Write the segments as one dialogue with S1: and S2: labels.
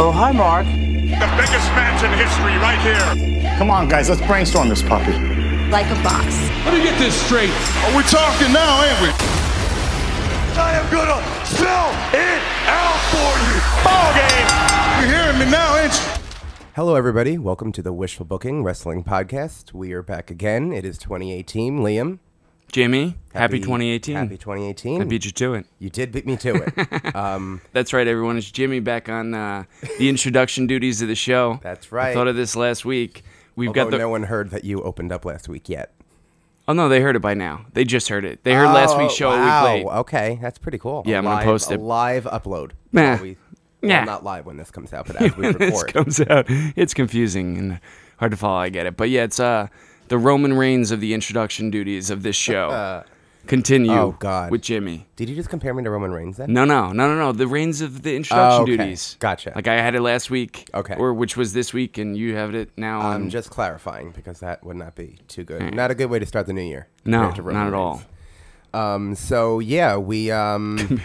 S1: Oh, hi, Mark.
S2: The biggest match in history right here.
S3: Come on, guys, let's brainstorm this puppy.
S4: like a box.
S5: Let me get this straight.
S2: Are we talking now, ain't we?
S6: I am gonna spell it out for you.
S2: Ball game.
S6: You hearing me now, ain't you?
S7: Hello, everybody. Welcome to the Wishful Booking Wrestling Podcast. We are back again. It is 2018. Liam,
S8: Jimmy, happy, 2018.
S7: Happy 2018.
S8: I beat you to it.
S7: You did beat me to it. Uh,
S8: That's right, everyone. It's Jimmy back on uh, the introduction duties of the show.
S7: That's right.
S8: I thought of this last week. We've
S7: Although
S8: got the.
S7: no one heard that you opened up last week yet.
S8: oh no, they heard it by now. They just heard it. They heard last
S7: Oh,
S8: week's show
S7: wow.
S8: a week late.
S7: Okay, that's pretty cool.
S8: Yeah,
S7: A
S8: I'm gonna
S7: live-
S8: post
S7: a
S8: it.
S7: live upload.
S8: Nah.
S7: While we-
S8: Nah.
S7: Well, not live when this comes out, but as we
S8: When this
S7: record.
S8: comes out, it's confusing and hard to follow. I get it, but yeah, it's uh the Roman Reigns of the introduction duties of this show. Continue.
S7: Oh, God.
S8: With Jimmy.
S7: Uh, Did you just compare me to Roman Reigns then?
S8: No, no, no, no, no. The reins of the introduction
S7: Oh, okay.
S8: duties.
S7: Gotcha.
S8: Like I had it last week.
S7: Okay.
S8: Or which was this week, and you have it now. on-
S7: I'm just clarifying because that would not be too good. Not a good way to start the new year.
S8: no,
S7: compared to
S8: not
S7: Roman
S8: at all.
S7: Reigns. Um, so yeah, we um,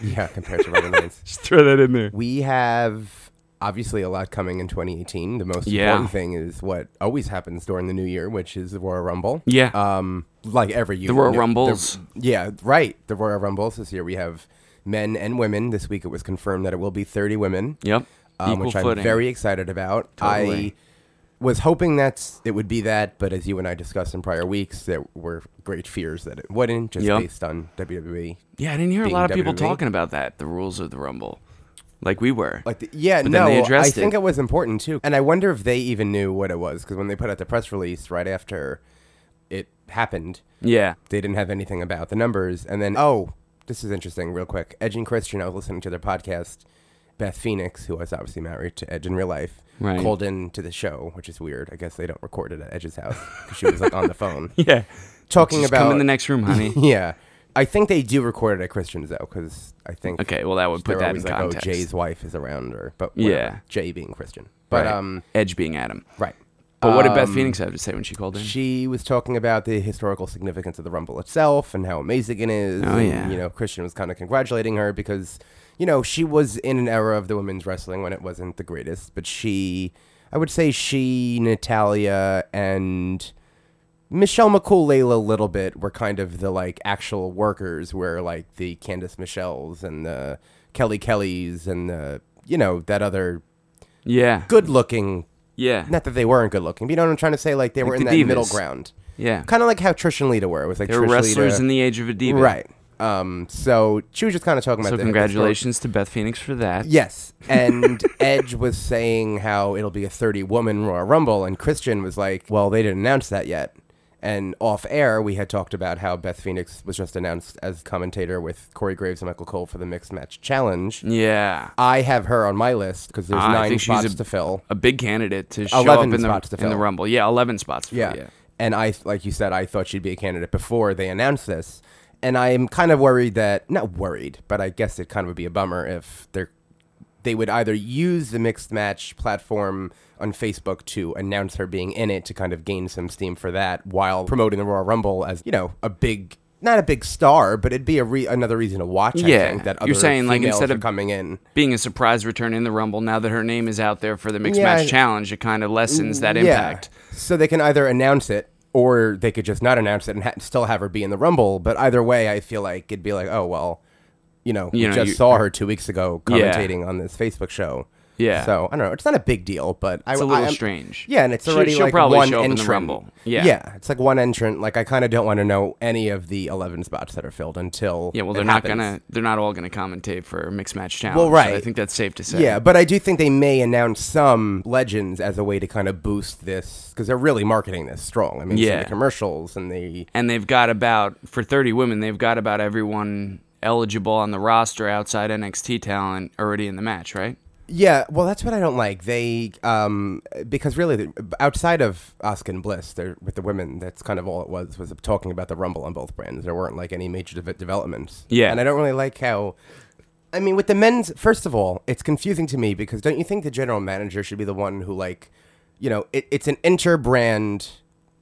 S7: yeah, compared to Roman Reigns,
S8: Just throw that in there.
S7: we have obviously a lot coming in 2018. The most
S8: Yeah.
S7: important thing is what always happens during the new year, which is the Royal Rumble.
S8: Yeah.
S7: Um, like every year,
S8: Royal
S7: no,
S8: Rumbles.
S7: yeah, right. The Royal Rumbles this year we have men and women. This week it was confirmed that it will be 30 women.
S8: Yep.
S7: um,
S8: Equal
S7: which I'm
S8: footing.
S7: very excited about. I
S8: Totally.
S7: was hoping that's it would be that, but as you and I discussed in prior weeks, there were great fears that it wouldn't, just
S8: Yep.
S7: based on E. WWE.
S8: Yeah, I didn't hear a
S7: being
S8: lot of people
S7: WWE.
S8: talking about that. The rules of the Rumble, like we were.
S7: Like, the, yeah,
S8: But
S7: no,
S8: then they
S7: I
S8: addressed
S7: think
S8: it.
S7: it was important too, and I wonder if they even knew what it was because when they put out the press release right after it happened,
S8: yeah.
S7: they didn't have anything about the numbers. And then, oh, this is interesting, real quick. Edge and Christian, I was listening to their podcast. Beth Phoenix, who was obviously married to Edge in real life,
S8: Right.
S7: called in to the show, which is weird. I guess they don't record it at Edge's house because she was like on the phone
S8: Yeah.
S7: talking
S8: Just
S7: about.
S8: come in the next room, honey.
S7: yeah, I think they do record it at Christian's though, because I think
S8: Okay, well, that would put
S7: they're
S8: that
S7: always
S8: in
S7: like,
S8: context.
S7: Oh, Jay's wife is around, or but
S8: Yeah.
S7: yeah, Jay being Christian, but
S8: Right.
S7: um,
S8: Edge being Adam.
S7: right.
S8: But what did Beth
S7: Um,
S8: Phoenix have to say when she called in?
S7: She was talking about the historical significance of the Rumble itself and how amazing it is.
S8: Oh,
S7: and,
S8: yeah.
S7: You know, Christian was kind of congratulating her because, you know, she was in an era of the women's wrestling when it wasn't the greatest, but she, I would say she, Natalia, and Michelle McCool-Layla a little bit were kind of the, like, actual workers where, like, the Candice Michelles and the Kelly Kellys and the, you know, that other
S8: yeah.
S7: good-looking
S8: Yeah.
S7: not that they weren't good looking, but you know what I'm trying to say? Like they were
S8: Like
S7: in
S8: the
S7: that
S8: divas.
S7: middle ground.
S8: Yeah.
S7: Kind of like how Trish and Lita were. It was like
S8: They were
S7: Trish
S8: wrestlers
S7: Lita.
S8: in the age of a diva.
S7: right. Um. So she was just kind of talking
S8: So
S7: about. the-
S8: congratulations to Beth Phoenix for that.
S7: Yes, and Edge was saying how it'll be a 30 woman Royal Rumble, and Christian was like, "Well, they didn't announce that yet." And off air, we had talked about how Beth Phoenix was just announced as commentator with Corey Graves and Michael Cole for the mixed match challenge.
S8: Yeah.
S7: I have her on my list because there's
S8: Mm. I
S7: nine
S8: think she's
S7: spots
S8: a-
S7: to fill.
S8: A big candidate to show
S7: 11
S8: up in the,
S7: spots to
S8: in the
S7: fill.
S8: Rumble. Yeah, 11 spots. to fill,
S7: Yeah. And I, like you said, I thought she'd be a candidate before they announced this. And I'm kind of worried that, not worried, but I guess it kind of would be a bummer if they're, they would either use the mixed match platform on Facebook to announce her being in it to kind of gain some steam for that while promoting the Royal Rumble as, you know, a big, not a big star, but it'd be a re- another reason to watch, I
S8: Yeah.
S7: think, that
S8: You're
S7: other
S8: saying, like,
S7: females
S8: instead
S7: are
S8: of-
S7: coming in.
S8: being a surprise return in the Rumble, now that her name is out there for the mixed
S7: Yeah, I-
S8: match challenge, it kind of lessens that impact.
S7: So they can either announce it or they could just not announce it and ha- still have her be in the Rumble. But either way, I feel like it'd be like, oh, well, you know, we
S8: You know,
S7: just
S8: you-
S7: saw her two weeks ago
S8: Yeah.
S7: commentating on this Facebook show.
S8: Yeah.
S7: So I don't know. It's not a big deal, but I,
S8: It's a little
S7: I- I'm-
S8: strange.
S7: Yeah, and it's
S8: She-
S7: already
S8: she'll
S7: like
S8: probably
S7: one
S8: show up in the
S7: entrant.
S8: Rumble. Yeah.
S7: yeah, it's like one entrant. Like I kind of don't want to know any of the eleven spots that are filled until
S8: Yeah, well,
S7: it
S8: they're not
S7: happens.
S8: gonna, they're not all gonna commentate for a mixed match challenge.
S7: Well,
S8: so I
S7: right.
S8: think that's safe to say.
S7: Yeah, but I do think they may announce some legends as a way to kind of boost this because they're really marketing this strong. I mean, yeah.
S8: Yeah.
S7: the commercials and the
S8: and they've got about for 30 women, they've got about everyone eligible on the roster outside NXT talent already in the match, right?
S7: yeah. Well, that's what I don't like. They um because really the- outside of Oscar and Bliss, there with the women, that's kind of all it was was talking about the Rumble on both brands. There weren't like any major de- developments.
S8: Yeah.
S7: and I don't really like how. I mean, with the men's, first of all, it's confusing to me because don't you think the general manager should be the one who like, you know, it, it's an inter-brand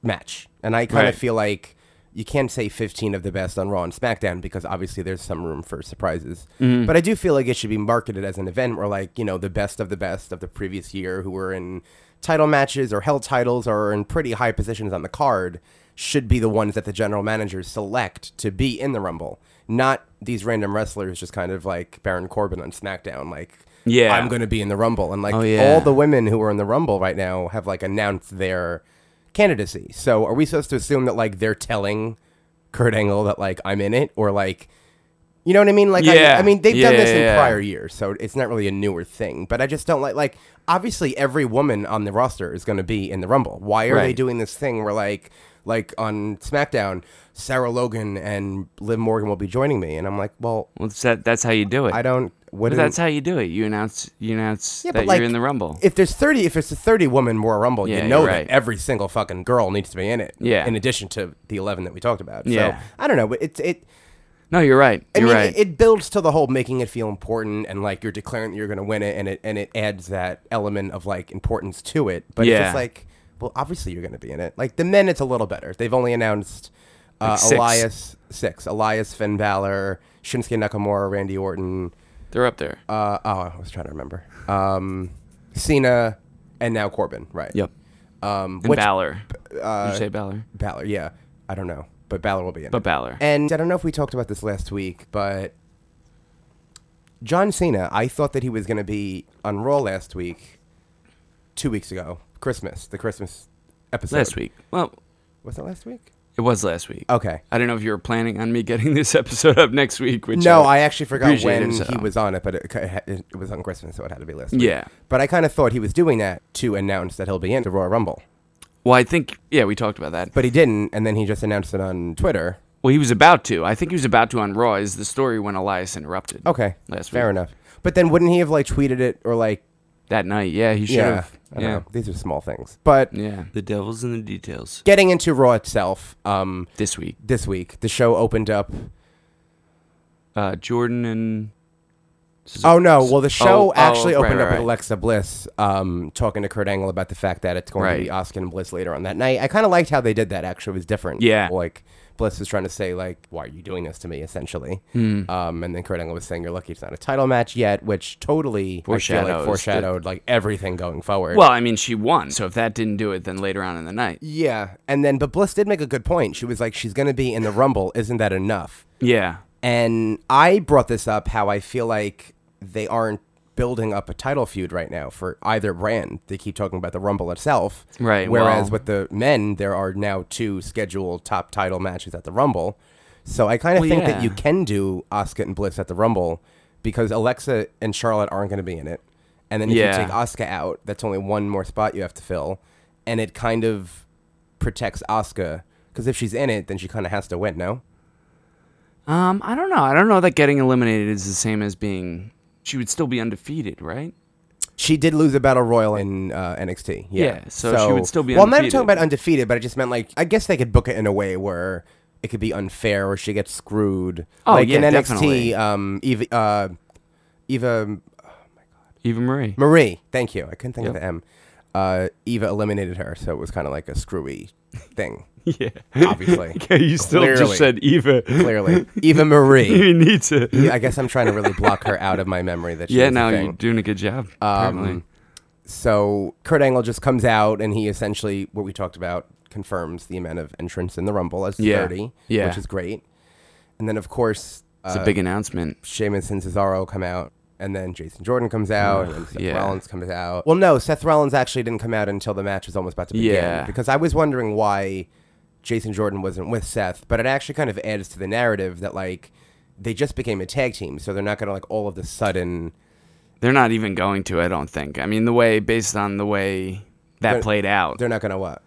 S7: match, and I kind
S8: Right.
S7: of feel like you can't say 15 of the best on Raw and SmackDown because obviously there's some room for surprises. But I do feel like it should be marketed as an event where, like, you know, the best of the best of the previous year who were in title matches or held titles or in pretty high positions on the card should be the ones that the general managers select to be in the Rumble, not these random wrestlers just kind of like Baron Corbin on SmackDown. Like,
S8: Yeah.
S7: I'm going to be in the Rumble. And like,
S8: Oh, yeah.
S7: all the women who are in the Rumble right now have like announced their candidacy. So are we supposed to assume that like they're telling Kurt Angle that like I'm in it or like you know what I mean? Like
S8: Yeah.
S7: I, I mean they've
S8: Yeah,
S7: done this
S8: yeah,
S7: in
S8: yeah.
S7: prior years, so it's not really a newer thing. But I just don't like like obviously every woman on the roster is going to be in the Rumble. Why are they
S8: Right.
S7: doing this thing where like like on SmackDown, Sarah Logan and Liv Morgan will be joining me, and I'm like, well,
S8: Well, it's that, that's how you do it.
S7: I don't. What
S8: But
S7: is
S8: that's how you do it. You announce you announce that you're in the rumble.
S7: If there's thirty, if it's a thirty woman Royal Rumble,
S8: Yeah,
S7: you know
S8: you're
S7: that
S8: right.
S7: every single fucking girl needs to be in it.
S8: Yeah.
S7: In addition to the eleven that we talked about.
S8: Yeah.
S7: So I don't know, but it's it.
S8: no, you're right.
S7: I
S8: You're
S7: mean,
S8: right.
S7: it, it builds to the whole making it feel important and like you're declaring that you're going to win it, and it and it adds that element of like importance to it. But it's just
S8: Yeah.
S7: like, well, obviously you're going to be in it. Like the men, it's a little better. They've only announced uh,
S8: Like six.
S7: Elias six, Elias Finn Balor, Shinsuke Nakamura, Randy Orton.
S8: They're up there.
S7: Uh, oh, I was trying to remember. Um, Cena and now Corbin, right?
S8: yep.
S7: Um,
S8: And
S7: which- uh,
S8: Balor. Did you say Balor?
S7: Balor, yeah. I don't know, but Balor will be in.
S8: But
S7: it.
S8: Balor.
S7: And I don't know if we talked about this last week, but John Cena, I thought that he was going to be on Raw last week, two weeks ago, Christmas, the Christmas episode.
S8: last week. Well,
S7: was that last week?
S8: it was last week.
S7: Okay.
S8: I don't know if you were planning on me getting this episode up next week. Which
S7: No, I actually forgot
S8: appreciate
S7: when
S8: it, so.
S7: he was on it, but it, it, it was on Christmas, so it had to be last week.
S8: Yeah.
S7: But I kind of thought he was doing that to announce that he'll be in the Royal Rumble.
S8: Well, I think yeah, we talked about that.
S7: But he didn't, and then he just announced it on Twitter.
S8: Well, he was about to. I think he was about to on Raw. Is the story when Elias interrupted?
S7: Okay,
S8: Last
S7: fair
S8: week.
S7: enough. But then wouldn't he have like tweeted it or like
S8: That night, yeah, he should
S7: yeah,
S8: have.
S7: I don't
S8: Yeah,
S7: know. These are small things, but
S8: yeah. The devil's in the details.
S7: getting into Raw itself, um,
S8: This week,
S7: this week the show opened up.
S8: uh, Jordan and Suz-
S7: Oh no! Well, the show
S8: Oh, oh,
S7: actually
S8: right,
S7: opened
S8: right,
S7: up with
S8: right.
S7: Alexa Bliss um, talking to Kurt Angle about the fact that it's going to be
S8: Right.
S7: Oscar and Bliss later on that night. I kind of liked how they did that. Actually, it was different.
S8: Yeah.
S7: like Bliss was trying to say like, "Why are you doing this to me?" Essentially,
S8: Hmm.
S7: um, and then Kurt Angle was saying, "You're lucky it's not a title match yet," which totally I feel
S8: Foreshadows
S7: like
S8: the-
S7: foreshadowed like everything going forward.
S8: Well, I mean, she won. So if that didn't do it, then later on in the night,
S7: Yeah, and then but Bliss did make a good point. She was like, "She's going to be in the Rumble, isn't that enough?"
S8: yeah,
S7: And I brought this up how I feel like they aren't building up a title feud right now for either brand. They keep talking about the Rumble itself,
S8: Right,
S7: Whereas
S8: well-
S7: with the men, there are now two scheduled top title matches at the Rumble. So I kind of
S8: Well,
S7: think that
S8: yeah.
S7: you can do Oscar and Bliss at the Rumble because Alexa and Charlotte aren't going to be in it, and then if
S8: Yeah.
S7: you take Oscar out, that's only one more spot you have to fill, and it kind of protects Oscar because if she's in it, then she kind of has to win. No.
S8: Um, I don't know. I don't know that getting eliminated is the same as being. She would still be undefeated, right?
S7: She did lose a battle royal in uh, NXT. Yeah.
S8: Yeah, so she would still be
S7: Well, I'm not even
S8: undefeated.
S7: talking about undefeated, but I just meant like I guess they could book it in a way where it could be unfair or she gets screwed.
S8: Oh,
S7: like
S8: yeah,
S7: in NXT,
S8: definitely.
S7: um, Eva, uh, Eva
S8: Eva Marie.
S7: Marie. Thank you. I couldn't think of
S8: Yep.
S7: the M. Uh, Eva eliminated her, so it was kind of like a screwy thing.
S8: Yeah.
S7: Obviously,
S8: you still
S7: Clearly.
S8: just said Eva.
S7: clearly, Eva Marie.
S8: you need to.
S7: I guess I'm trying to really block her out of my memory. That she
S8: Yeah,
S7: was a
S8: no,
S7: thing. Um,
S8: you're doing a good job. Apparently.
S7: So Kurt Angle just comes out and he essentially what we talked about confirms the amount of entrants in the Rumble as
S8: Yeah.
S7: 30,
S8: Yeah.
S7: which is great. And then of course
S8: It's
S7: uh,
S8: a big announcement.
S7: Sheamus and Cesaro come out, and then Jason Jordan comes out, and Seth
S8: yeah.
S7: Rollins comes out. Well, no, Seth Rollins actually didn't come out until the match was almost about to begin
S8: Yeah.
S7: because I was wondering why Jason Jordan wasn't with Seth, but it actually kind of adds to the narrative that like they just became a tag team, so they're not going to like all of the sudden.
S8: They're not even going to, I don't think. I mean, the way, based on the way that
S7: They're-
S8: played out.
S7: They're not going to what.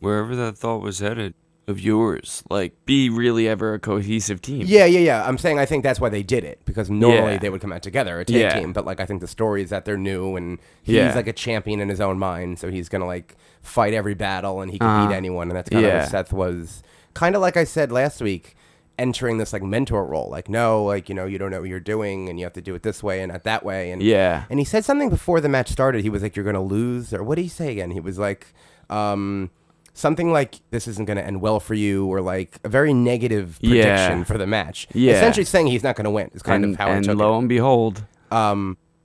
S8: Wherever that thought was headed of yours, like, be really ever a cohesive team.
S7: Yeah, yeah, yeah. I'm saying I think that's why they did it because normally
S8: Yeah.
S7: they would come out together, a tag
S8: Yeah.
S7: team. But like, I think the story is that they're new and he's
S8: Yeah.
S7: like a champion in his own mind, so he's gonna like fight every battle and he can beat anyone. And that's kind of
S8: Uh-huh. yeah.
S7: what Seth was kind of like I said last week, entering this like mentor role. Like, no, like you know, you don't know what you're doing, and you have to do it this way and not that way. And
S8: Yeah.
S7: and he said something before the match started. He was like, "You're gonna lose," or what did he say again? He was like, um, something like this isn't going to end well for you, or like a very negative prediction
S8: Yeah.
S7: for the match.
S8: Yeah.
S7: Essentially saying he's not going to win is kind
S8: and
S7: of how it
S8: and
S7: took
S8: lo
S7: it.
S8: and behold,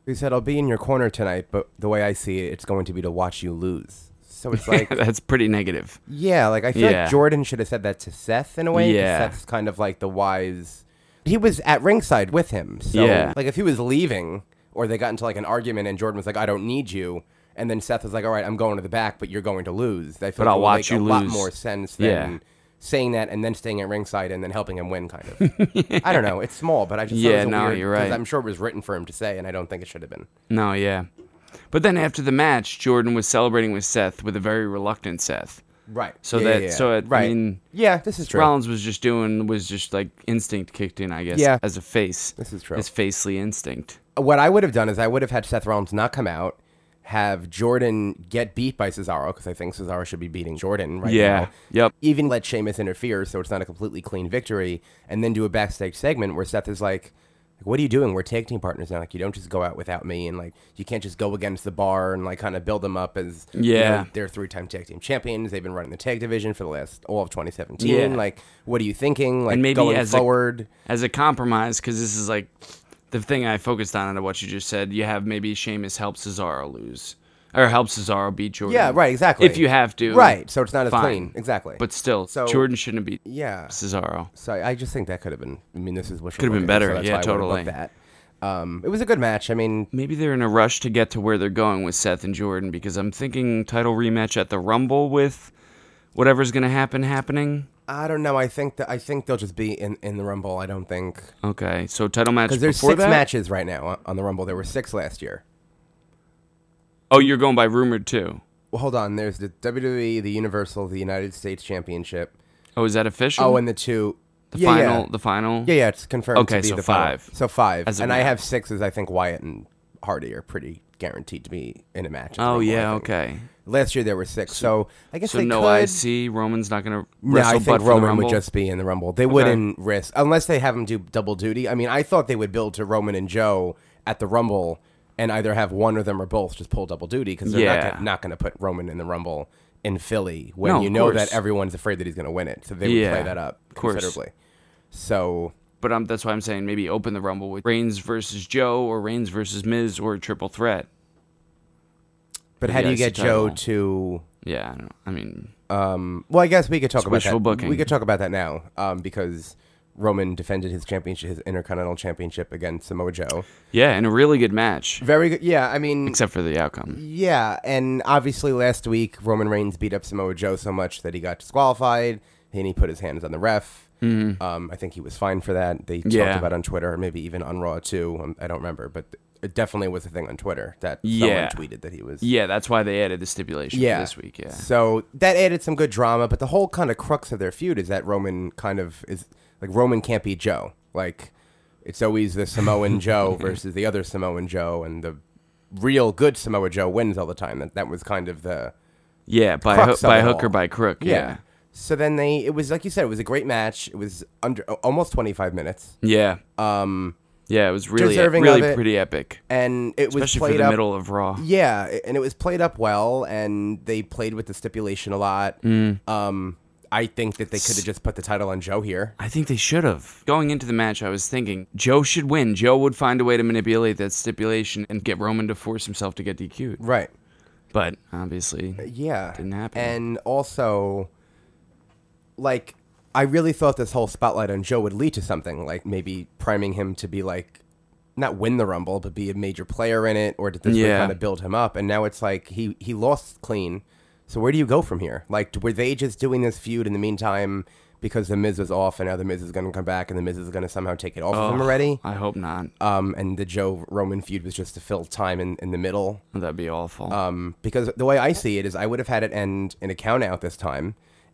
S7: He said, I'll be in your corner tonight, but the way I see it, it's going to be to watch you lose. So it's like,
S8: that's pretty negative.
S7: yeah, like I feel
S8: Yeah.
S7: like Jordan should have said that to Seth in a way. 'cause
S8: Yeah.
S7: Seth's kind of like the wise. He was at ringside with him. So,
S8: Yeah.
S7: like, if he was leaving or they got into like an argument and Jordan was like, I don't need you. And then Seth was like, all right, I'm going to the back, but you're going to lose. I
S8: But
S7: feel like
S8: I'll
S7: it would
S8: watch
S7: make
S8: you
S7: a lot
S8: lose.
S7: more sense than
S8: Yeah.
S7: saying that and then staying at ringside and then helping him win, kind of. I don't know. It's small, but I just thought it
S8: Yeah,
S7: was a
S8: no,
S7: weird-
S8: you're
S7: 'cause
S8: right.
S7: I'm sure it was written for him to say, and I don't think it should have been.
S8: No, yeah. But then after the match, Jordan was celebrating with Seth with a very reluctant Seth.
S7: Right.
S8: So
S7: Yeah,
S8: that
S7: yeah, yeah.
S8: so it,
S7: right.
S8: I mean
S7: yeah, this is true.
S8: Rollins was just doing was just like instinct kicked in, I guess.
S7: Yeah.
S8: As a face.
S7: This is true.
S8: His facely instinct.
S7: What I would have done is I would have had Seth Rollins not come out, have Jordan get beat by Cesaro because I think Cesaro should be beating Jordan right
S8: yeah.
S7: now.
S8: Yep.
S7: Even let Sheamus interfere so it's not a completely clean victory, and then do a backstage segment where Seth is like. like, What are you doing? We're tag team partners now. Like, you don't just go out without me, and like, you can't just go against the bar and like kind of build them up as you
S8: Yeah.
S7: know, they're three time tag team champions. They've been running the tag division for the last all of 2017.
S8: Yeah.
S7: Like, what are you thinking? Like,
S8: And maybe
S7: going
S8: as a-
S7: forward,
S8: As a compromise, because this is like the thing I focused on out of what you just said, you have maybe Sheamus help Cesaro lose. Or help Cesaro beat Jordan.
S7: Yeah, right, exactly.
S8: If you have to.
S7: Right, so it's not as
S8: fine.
S7: clean, exactly.
S8: But still,
S7: So-
S8: Jordan shouldn't beat
S7: Yeah.
S8: Cesaro.
S7: So I I just think that could have been. I mean, this is what
S8: Could have been better, yeah, totally.
S7: That. Um, it was a good match. I mean,
S8: Maybe they're in a rush to get to where they're going with Seth and Jordan because I'm thinking title rematch at the Rumble with whatever's going to happen happening.
S7: I don't know. I think that I think they'll just be in, in the Rumble. I don't think
S8: Okay, so title match
S7: because there's
S8: before
S7: six
S8: that?
S7: matches right now on- on the Rumble. There were six last year.
S8: Oh, you're going by rumored too.
S7: Well, hold on. There's the WWE, the Universal, the United States Championship.
S8: Oh, is that official?
S7: Oh, and the two.
S8: the
S7: yeah,
S8: final,
S7: Yeah.
S8: the final.
S7: yeah, yeah, it's confirmed.
S8: Okay,
S7: to be
S8: so
S7: the final.
S8: five.
S7: So five,
S8: As of
S7: and I
S8: now.
S7: have six as I think Wyatt and Hardy are pretty guaranteed to be in a match. at the
S8: Oh
S7: Rumble, I
S8: yeah,
S7: think.
S8: okay.
S7: Last year there were six, so, I guess
S8: So
S7: they
S8: no
S7: could.
S8: IC. Roman's not going to
S7: No,
S8: wrestle.
S7: I
S8: but
S7: think
S8: for the
S7: Roman would
S8: Rumble?
S7: just be in the Rumble. They wouldn't risk unless they have him do double duty. I mean, I thought they would build to Roman and Joe at the Rumble and either have one of them or both just pull double duty because they're
S8: Yeah.
S7: not gonna, not going to put Roman in the Rumble in Philly when
S8: No,
S7: you
S8: of
S7: know
S8: course.
S7: that everyone's afraid that he's going to win it. So they would
S8: Yeah,
S7: play that up
S8: of course.
S7: considerably. So
S8: But um, that's why I'm saying maybe open the Rumble with Reigns versus Joe or Reigns versus Miz or a triple threat.
S7: but how
S8: Yeah,
S7: do you
S8: it's a
S7: get Joe
S8: title.
S7: to
S8: Yeah, I, don't, I mean,
S7: Well, I guess we could talk about
S8: Wishful
S7: that.
S8: booking.
S7: We could talk about that now, um, because Roman defended his championship, his Intercontinental Championship against Samoa Joe.
S8: yeah, and a really good match,
S7: Very good. Yeah, I mean,
S8: except for the outcome.
S7: yeah, and obviously last week Roman Reigns beat up Samoa Joe so much that he got disqualified, and he put his hands on the ref. Um, I think he was fine for that. They
S8: Mm-hmm. Yeah.
S7: talked about it on Twitter, or maybe even on Raw too. Um, I don't remember, but it definitely was a thing on Twitter that
S8: Yeah.
S7: someone tweeted that he was.
S8: Yeah, that's why they added the stipulation
S7: Yeah.
S8: for this week. Yeah,
S7: So that added some good drama, but the whole kind of crux of their feud is that Roman kind of is like Roman can't be Joe. Like it's always the Samoan Joe versus the other Samoan Joe, and the real good Samoa Joe wins all the time. That that was kind of the
S8: yeah, by
S7: crux
S8: hook,
S7: of
S8: by
S7: it
S8: hook
S7: all.
S8: or by crook. Yeah,
S7: So then they it was like you said it was a great match. It was under almost 25 minutes.
S8: yeah, um, yeah, it was really,
S7: deserving
S8: really
S7: of it.
S8: pretty epic,
S7: And it was
S8: especially
S7: played
S8: for the
S7: up
S8: middle of Raw.
S7: Yeah, i- and it was played up well, and they played with the stipulation a lot.
S8: Mm.
S7: Um, I think that they could have just put the title on Joe here.
S8: I think they should have. Going into the match, I was thinking Joe should win. Joe would find a way to manipulate that stipulation and get Roman to force himself to get DQ'd.
S7: Right.
S8: But obviously,
S7: Yeah.
S8: didn't happen.
S7: And also, like, I really thought this whole spotlight on Joe would lead to something, like maybe priming him to be like, not win the Rumble, but be a major player in it, or did this
S8: Yeah.
S7: kind of build him up? And now it's like he he lost clean. So where do you go from here? Like, were they just doing this feud in the meantime because the Miz was off, and now the Miz is going to come back, and the Miz is going to somehow take it off of him already?
S8: I hope not.
S7: Um, and the Joe Roman feud was just to fill time in, in the middle.
S8: That'd be awful.
S7: Um, because the way I see it is, I would have had it end in a count out this time,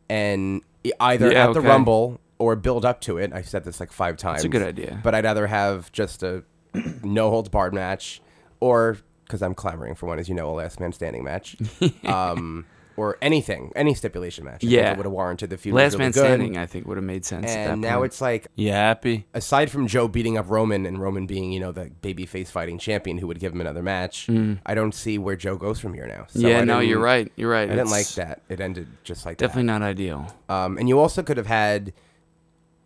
S7: and e- either
S8: Yeah,
S7: at the
S8: okay.
S7: Rumble or build up to it. I've said this like five times.
S8: a good idea.
S7: But I'd rather have just a no holds barred match, or because I'm clamoring for one, as you know, a last man standing match. um, or anything, any stipulation match. I think
S8: Yeah.
S7: it would have warranted the feud. was
S8: Last
S7: really
S8: man
S7: good.
S8: standing, I think, would have made sense. at that
S7: And now
S8: point.
S7: it's like,
S8: you happy.
S7: aside from Joe beating up Roman and Roman being, you know, the babyface fighting champion who would give him another match, I don't see where Joe goes from here now. So
S8: Mm. yeah,
S7: I
S8: no,
S7: didn't-
S8: you're right. You're right.
S7: I didn't
S8: It's
S7: like that. It ended just like
S8: Definitely not ideal.
S7: that. Um, and you also could have had,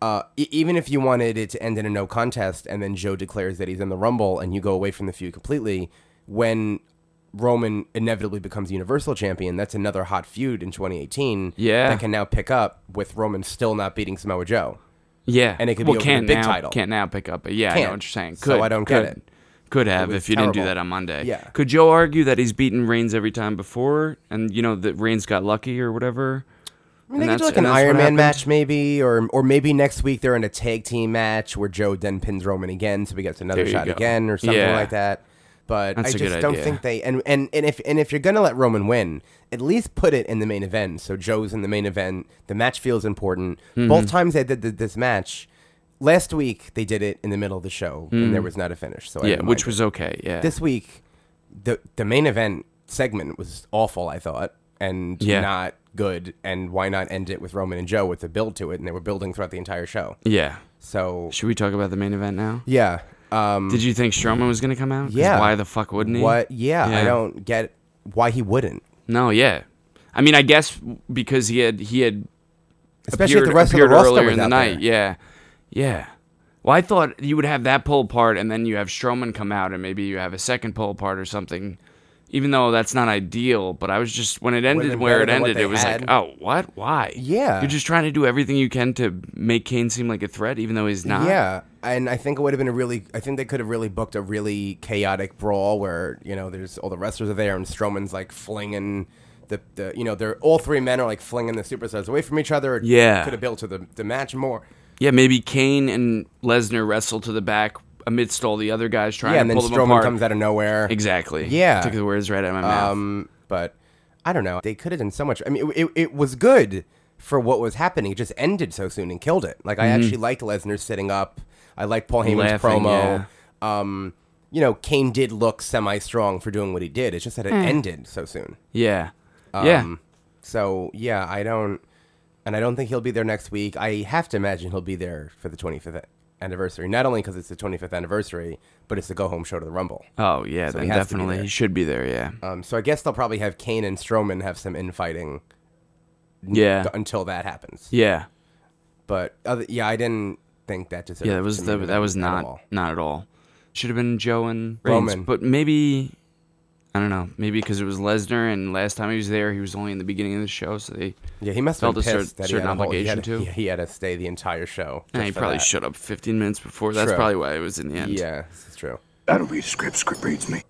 S7: uh, e- even if you wanted it to end in a no contest, and then Joe declares that he's in the Rumble, and you go away from the feud completely. When Roman inevitably becomes Universal Champion, that's another hot feud in 2018.
S8: Yeah.
S7: that can now pick up with Roman still not beating Samoa Joe.
S8: Yeah,
S7: And it could
S8: well,
S7: be over the
S8: can't
S7: big
S8: now,
S7: title.
S8: Can't now pick up. But yeah, I know
S7: Can't.
S8: what you're saying. Could,
S7: So I don't get
S8: could,
S7: it.
S8: Could have
S7: was
S8: if you didn't do
S7: terrible.
S8: that on Monday.
S7: Yeah.
S8: Could Joe argue that he's beaten Reigns every time before, and you know that Reigns got lucky or whatever?
S7: I mean, they
S8: And
S7: could
S8: that's-
S7: do like an
S8: and that's what
S7: Iron Man
S8: happened.
S7: match, maybe, or or maybe next week they're in a tag team match where Joe then pins Roman again, so he gets another
S8: There you
S7: shot
S8: go.
S7: again or something
S8: Yeah.
S7: like that. But
S8: That's
S7: I
S8: a good
S7: just don't
S8: idea.
S7: think they and, and and if and if you're gonna let Roman win, at least put it in the main event. So Joe's in the main event. The match feels important.
S8: Mm-hmm.
S7: Both times they did th- this match last week, they did it in the middle of the show and there was not a finish. So I
S8: Mm. Yeah,
S7: didn't
S8: which
S7: mind it.
S8: was okay. Yeah.
S7: this week. The the main event segment was awful. I thought and
S8: Yeah.
S7: not good. And why not end it with Roman and Joe with the build to it? And they were building throughout the entire show.
S8: yeah.
S7: So
S8: Should we talk about the main event now?
S7: yeah, um,
S8: Did you think Strowman was gonna come out? 'Cause
S7: yeah.
S8: Why the fuck wouldn't he?
S7: what? Yeah, I
S8: Yeah.
S7: don't get why he wouldn't.
S8: No. Yeah. I mean, I guess because he had he had
S7: Especially if
S8: appeared-
S7: the rest of the
S8: appeared
S7: roster
S8: earlier
S7: was
S8: in the
S7: out
S8: night.
S7: there.
S8: Yeah, yeah. Well, I thought you would have that pull apart, and then you have Strowman come out, and maybe you have a second pull apart or something. Even though that's not ideal, but I was just when it ended
S7: been
S8: where
S7: better
S8: it
S7: than what
S8: ended,
S7: they
S8: it was
S7: had.
S8: like, oh, what? Why?
S7: Yeah.
S8: you're just trying to do everything you can to make Kane seem like a threat, even though he's not.
S7: Yeah, and I think it would have been a really. I think they could have really booked a really chaotic brawl where you know there's all the wrestlers are there and Strowman's like flinging the, the you know they're all three men are like flinging the superstars away from each other. It
S8: Yeah.
S7: could have built to the the match more.
S8: yeah. Maybe Kane and Lesnar wrestle to the back amidst all the other guys trying
S7: Yeah,
S8: to
S7: and then
S8: pull them
S7: Strowman
S8: apart.
S7: comes out of nowhere.
S8: exactly.
S7: Yeah.
S8: took the words right out of my mouth.
S7: Um, but I don't know. They could have done so much. I mean, it, it, it was good for what was happening. It just ended so soon and killed it. Like I actually liked Lesnar sitting up. I liked Paul Heyman's
S8: Mm-hmm. Laughing,
S7: promo. Um, you know, Kane did look semi-strong for doing what he did. It's just that it ended so soon.
S8: yeah, yeah.
S7: Um, So yeah, I don't, and I don't think he'll be there next week. I have to imagine he'll be there for the 25th anniversary. Not only because it's the 25th anniversary, but it's the go-home show to the Rumble.
S8: Oh yeah, then
S7: he has to be
S8: definitely
S7: there.
S8: he should be there. Yeah,
S7: Um, so I guess they'll probably have Kane and Strowman have some infighting
S8: yeah,
S7: until that happens.
S8: yeah,
S7: But other, yeah, I didn't think that deserved.
S8: yeah. That was
S7: to
S8: that,
S7: be
S8: that was
S7: at
S8: not
S7: all.
S8: not at all. Should have been Joe and Reigns,
S7: Roman.
S8: but maybe I don't know. Maybe because it was Lesnar, and last time he was there, he was only in the beginning of the show, so they
S7: Yeah, he must
S8: felt
S7: have been
S8: a cer-
S7: pissed that he
S8: certain
S7: had a whole- he had
S8: obligation
S7: a-
S8: to.
S7: He had to stay the entire show.
S8: and
S7: just
S8: he
S7: for
S8: probably
S7: that.
S8: shut up 15 minutes before. That's
S7: True.
S8: probably why it was in the end.
S7: Yeah, this is true.
S6: I don't read script. Script reads me.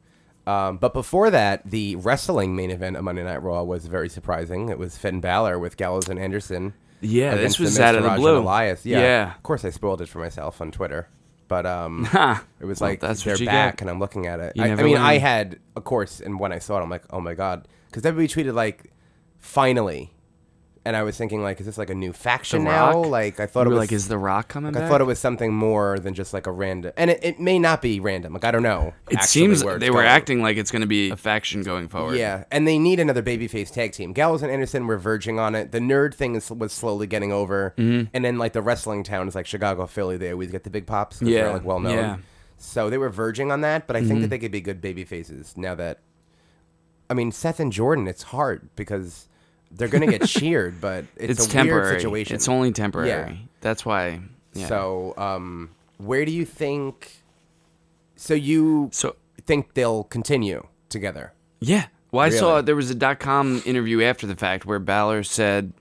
S7: Um, but before that, the wrestling main event of Monday Night Raw was very surprising. It was Finn Balor with Gallows and Anderson.
S8: Yeah, this
S7: against the
S8: was out of the
S7: Miz, Taraj, and
S8: blue.
S7: Elias. Yeah,
S8: Yeah.
S7: Of course, I spoiled it for myself on Twitter, but um,
S8: Ha.
S7: it was
S8: Well,
S7: like
S8: that's
S7: they're
S8: what you
S7: back,
S8: get.
S7: and I'm looking at it.
S8: You
S7: I, I
S8: never
S7: mean,
S8: learn.
S7: I had, of course, and when I saw it, I'm like, oh my god, because everybody tweeted like, finally, and I was thinking like, is this like a new faction
S8: The
S7: now?
S8: Rock?
S7: Like, I
S8: You
S7: thought
S8: were
S7: it was
S8: like, is The Rock coming
S7: I
S8: back?
S7: thought it was something more than just like a random, and it, it may not be random. Like I don't know.
S8: It
S7: actually
S8: seems
S7: where it's
S8: they were
S7: going.
S8: acting like it's going to be a faction going forward.
S7: Yeah, and they need another babyface tag team. Gallows and Anderson were verging on it. The nerd thing is, was slowly getting over,
S8: Mm-hmm.
S7: and then like the wrestling town is like Chicago, Philly. They always get the big pops. 'cause
S8: Yeah,
S7: they're like well known.
S8: yeah. Mm-hmm.
S7: So they were verging on that, but I think that they could be good babyfaces now that. I mean, Seth and Jordan, it's hard because they're gonna get cheered, but it's,
S8: it's,
S7: a
S8: temporary.
S7: weird situation.
S8: It's only temporary. That's why. Yeah.
S7: So, um, where do you think? So you
S8: So-
S7: think they'll continue together?
S8: Yeah. Well, I saw
S7: Really?
S8: there was a dot com interview after the fact where Balor said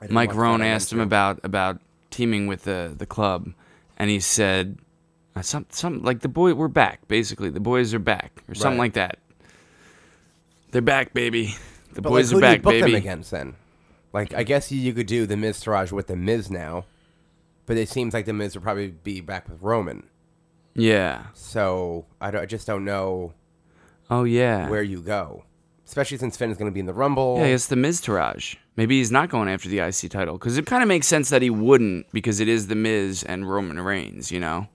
S7: I didn't
S8: Mike
S7: watch that
S8: Rohn
S7: on
S8: asked him
S7: YouTube.
S8: about about teaming with the the club, and he said uh, some some like the boy we're back basically the boys are back or something
S7: Right.
S8: like that. They're back, baby. The
S7: But
S8: boys
S7: like, who
S8: are
S7: do you
S8: back,
S7: book
S8: baby.
S7: them against then? Like, I guess you- you could do the Miz Taraj with the Miz now, but it seems like the Miz would probably be back with Roman.
S8: Yeah.
S7: So I, don't, I just don't know
S8: Oh yeah.
S7: where you go, especially since Finn is going to be in the Rumble.
S8: Yeah, I guess the Miz Taraj. Maybe he's not going after the IC title because it kind of makes sense that he wouldn't because it is the Miz and Roman Reigns. You know,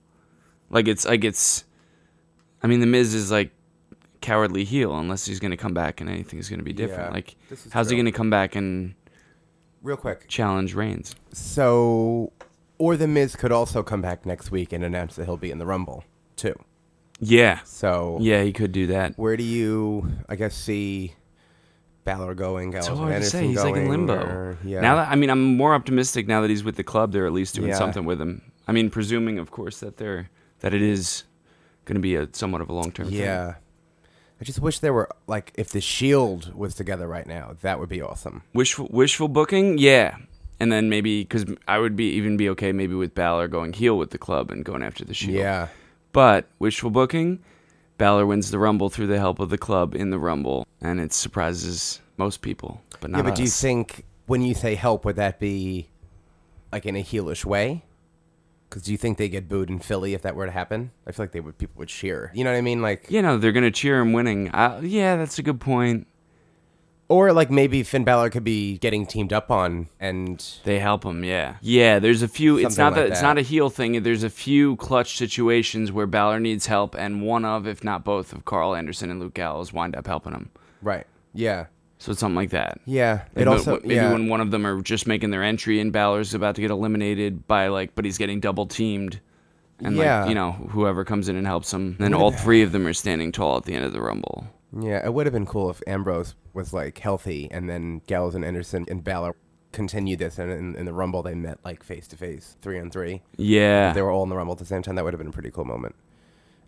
S8: like it's like it's. I mean, the Miz is like cowardly heel unless he's going to come back and anything's going to be different.
S7: Yeah,
S8: like,
S7: this is
S8: how's he
S7: true.
S8: going to come back and
S7: Real quick.
S8: challenge Reigns?
S7: So, or The Miz could also come back next week and announce that he'll be in the Rumble, too.
S8: Yeah,
S7: So,
S8: yeah, he could do that.
S7: where do you, I guess, see Balor going, Gallows
S8: So
S7: and
S8: hard to
S7: Anderson
S8: say. He's
S7: going?
S8: like in limbo.
S7: or- yeah.
S8: Now that I mean, I'm more optimistic now that he's with the club. They're at least doing
S7: Yeah.
S8: something with him. I mean, presuming, of course, that they're that it is going to be a somewhat of a long term.
S7: yeah. I just wish there were, like, if The Shield was together right now, that would be awesome.
S8: Wishful, wishful booking, yeah. And then maybe because I would be even be okay maybe with Balor going heel with the club and going after the Shield.
S7: Yeah.
S8: But wishful booking, Balor wins the Rumble through the help of the club in the Rumble, and it surprises most people, but not
S7: yeah, but do you
S8: us.
S7: think when you say help, would that be like in a heelish way? Because do you think they get booed in Philly if that were to happen? I feel like they would people would cheer. You know what I mean? Like,
S8: you know they're gonna cheer him winning. I, yeah, that's a good point.
S7: or like maybe Finn Balor could be getting teamed up on, and
S8: They help him, yeah. Yeah, there's a few. it's
S7: Something
S8: not
S7: like
S8: It's
S7: that.
S8: not a heel thing. There's a few clutch situations where Balor needs help, and one of, if not both, of Carl Anderson and Luke Gallows wind up helping him.
S7: right, yeah,
S8: So it's something like that.
S7: yeah.
S8: Like,
S7: It
S8: but
S7: also
S8: w- maybe
S7: yeah.
S8: when one of them are just making their entry, and Balor's about to get eliminated by like, but he's getting double teamed, and
S7: Yeah.
S8: like you know whoever comes in and helps him, then all three of them are standing tall at the end of the rumble.
S7: Yeah, it would have been cool if Ambrose was like healthy, and then Gallows and Anderson and Balor continued this, and in, in the Rumble they met like face to face, three on three.
S8: Yeah,
S7: If they were all in the Rumble at the same time, that would have been a pretty cool moment.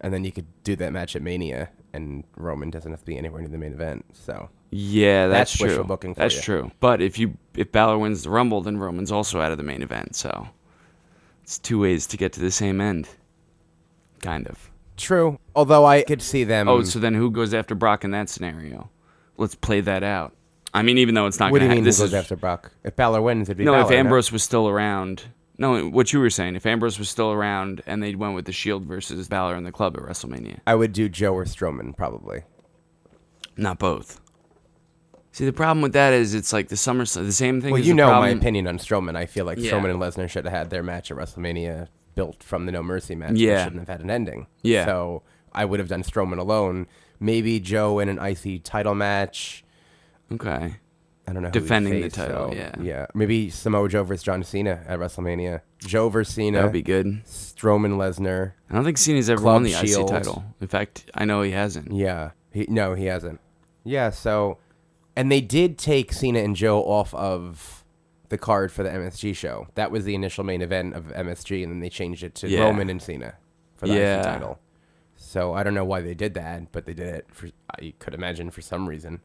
S7: And then you could do that match at Mania, and Roman doesn't have to be anywhere near the main event. So
S8: Yeah, that's,
S7: That's
S8: true.
S7: wishful booking for
S8: that's
S7: you.
S8: true. But if you if Balor wins the Rumble, then Roman's also out of the main event. So it's two ways to get to the same end, kind of.
S7: true. Although I could see them.
S8: Oh, so then who goes after Brock in that scenario? Let's play that out. I mean, even though it's not
S7: what do
S8: gonna
S7: you
S8: happen,
S7: mean? Who
S8: this
S7: goes
S8: is
S7: after Brock? If Balor wins, it'd be
S8: no. if
S7: Balor,
S8: Ambrose was still around, no, what you were saying, if Ambrose was still around and they went with the Shield versus Balor in the club at WrestleMania,
S7: I would do Joe or Strowman probably.
S8: not both. See, the problem with that is it's like the summer, the same thing.
S7: Well,
S8: as
S7: you
S8: the
S7: know my
S8: problem-
S7: opinion on Strowman. I feel like
S8: Yeah.
S7: Strowman and Lesnar should have had their match at WrestleMania built from the No Mercy match. They
S8: Yeah.
S7: shouldn't have had an ending.
S8: Yeah.
S7: So I would have done Strowman alone. Maybe Joe in an icy title match.
S8: Okay.
S7: I don't know.
S8: Defending the
S7: who he'd face,
S8: title,
S7: so,
S8: yeah.
S7: yeah. Maybe Samoa Joe versus John Cena at WrestleMania. Joe versus
S8: That
S7: Cena.
S8: would be good.
S7: Strowman Lesnar.
S8: I don't think Cena's ever
S7: Club
S8: won the
S7: Shield.
S8: IC title. In fact, I know he hasn't.
S7: Yeah. He, no, he hasn't. Yeah. So, and they did take Cena and Joe off of the card for the MSG show. That was the initial main event of MSG, and then they changed it to
S8: Yeah.
S7: Roman and Cena for the IC
S8: Yeah.
S7: title. So I don't know why they did that, but they did it for I could imagine for some reason.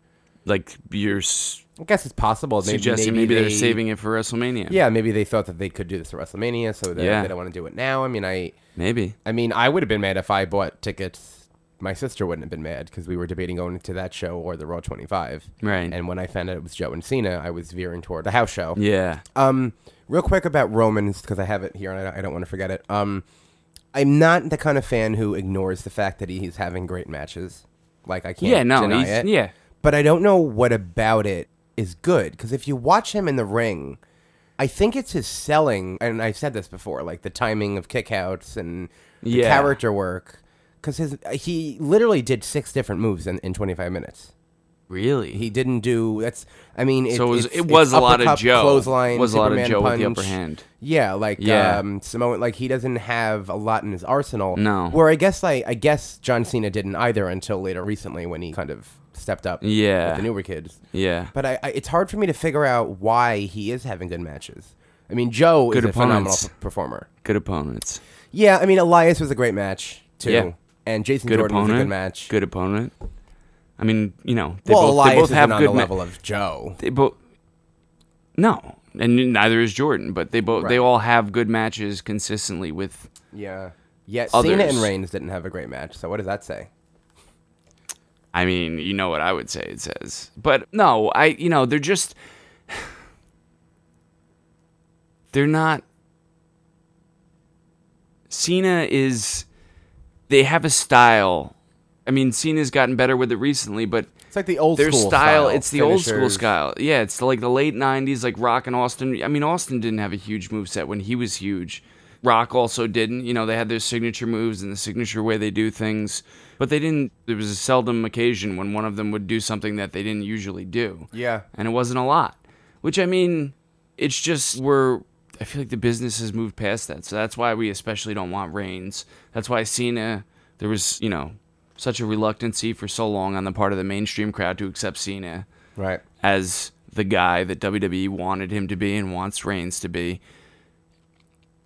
S8: Like you're s-
S7: I guess it's possible. Maybe,
S8: suggesting, maybe, they're saving it for WrestleMania.
S7: Yeah, maybe they thought that they could do this at WrestleMania, so they,
S8: Yeah.
S7: they don't want to do it now. I mean, I,
S8: maybe.
S7: I mean, I would have been mad if I bought tickets. My sister wouldn't have been mad because we were debating going to that show or the Raw 25.
S8: Right.
S7: And when I found out it was Joe and Cena, I was veering toward the house show.
S8: Yeah,
S7: Um, real quick about Romans because I have it here and I don't, I don't want to forget it. Um, I'm not the kind of fan who ignores the fact that he's having great matches. Like I can't.
S8: Yeah, no,
S7: deny
S8: he's-
S7: it.
S8: yeah.
S7: But I don't know what about it is good because if you watch him in the ring, I think it's his selling, and I've said this before, like the timing of kickouts and the
S8: Yeah.
S7: character work. Because his he literally did six different moves in, in 25 minutes.
S8: really.
S7: He didn't do that's. I mean, it,
S8: So it was-
S7: it's-
S8: it was
S7: it's
S8: a lot of
S7: uppercut,
S8: Joe.
S7: Clothesline,
S8: Was a lot of
S7: Superman
S8: Joe with the
S7: punch.
S8: upper hand.
S7: Yeah, like
S8: Yeah.
S7: um, Samoan. Like he doesn't have a lot in his arsenal.
S8: No.
S7: Where I guess like I guess John Cena didn't either until later recently when he kind of stepped up.
S8: Yeah.
S7: With the newer kids.
S8: yeah,
S7: But I, I, it's hard for me to figure out why he is having good matches. I mean, Joe
S8: Good
S7: is a phenomenal
S8: opponents.
S7: p- performer.
S8: good opponents.
S7: Yeah, I mean, Elias was a great match too,
S8: Yeah.
S7: and Jason
S8: Good
S7: Jordan
S8: opponent.
S7: was a good match.
S8: Good opponent. I mean, you know, they
S7: Well,
S8: both,
S7: Elias
S8: they both
S7: isn't
S8: have
S7: on
S8: good
S7: the
S8: ma-
S7: level of Joe.
S8: They both. No, and neither is Jordan. But they both they
S7: Right.
S8: all have good matches consistently with
S7: Yeah. Yet Cena
S8: Others.
S7: and Reigns didn't have a great match. So what does that say?
S8: I mean, you know what I would say it says. But no, I you know, they're just they're not Cena is they have a style. I mean, Cena's gotten better with it recently, but
S7: It's like the old
S8: their
S7: school
S8: style, it's the old school
S7: finishers.
S8: style. Yeah, it's like the late 90s like Rock and Austin. I mean, Austin didn't have a huge move set when he was huge. Rock also didn't. You know, they had their signature moves and the signature way they do things, but they didn't. There was a seldom occasion when one of them would do something that they didn't usually do.
S7: Yeah.
S8: And it wasn't a lot, which I mean, it's just we're. I feel like the business has moved past that. So that's why we especially don't want Reigns. That's why Cena, there was, you know, such a reluctancy for so long on the part of the mainstream crowd to accept Cena
S7: Right.
S8: as the guy that WWE wanted him to be and wants Reigns to be.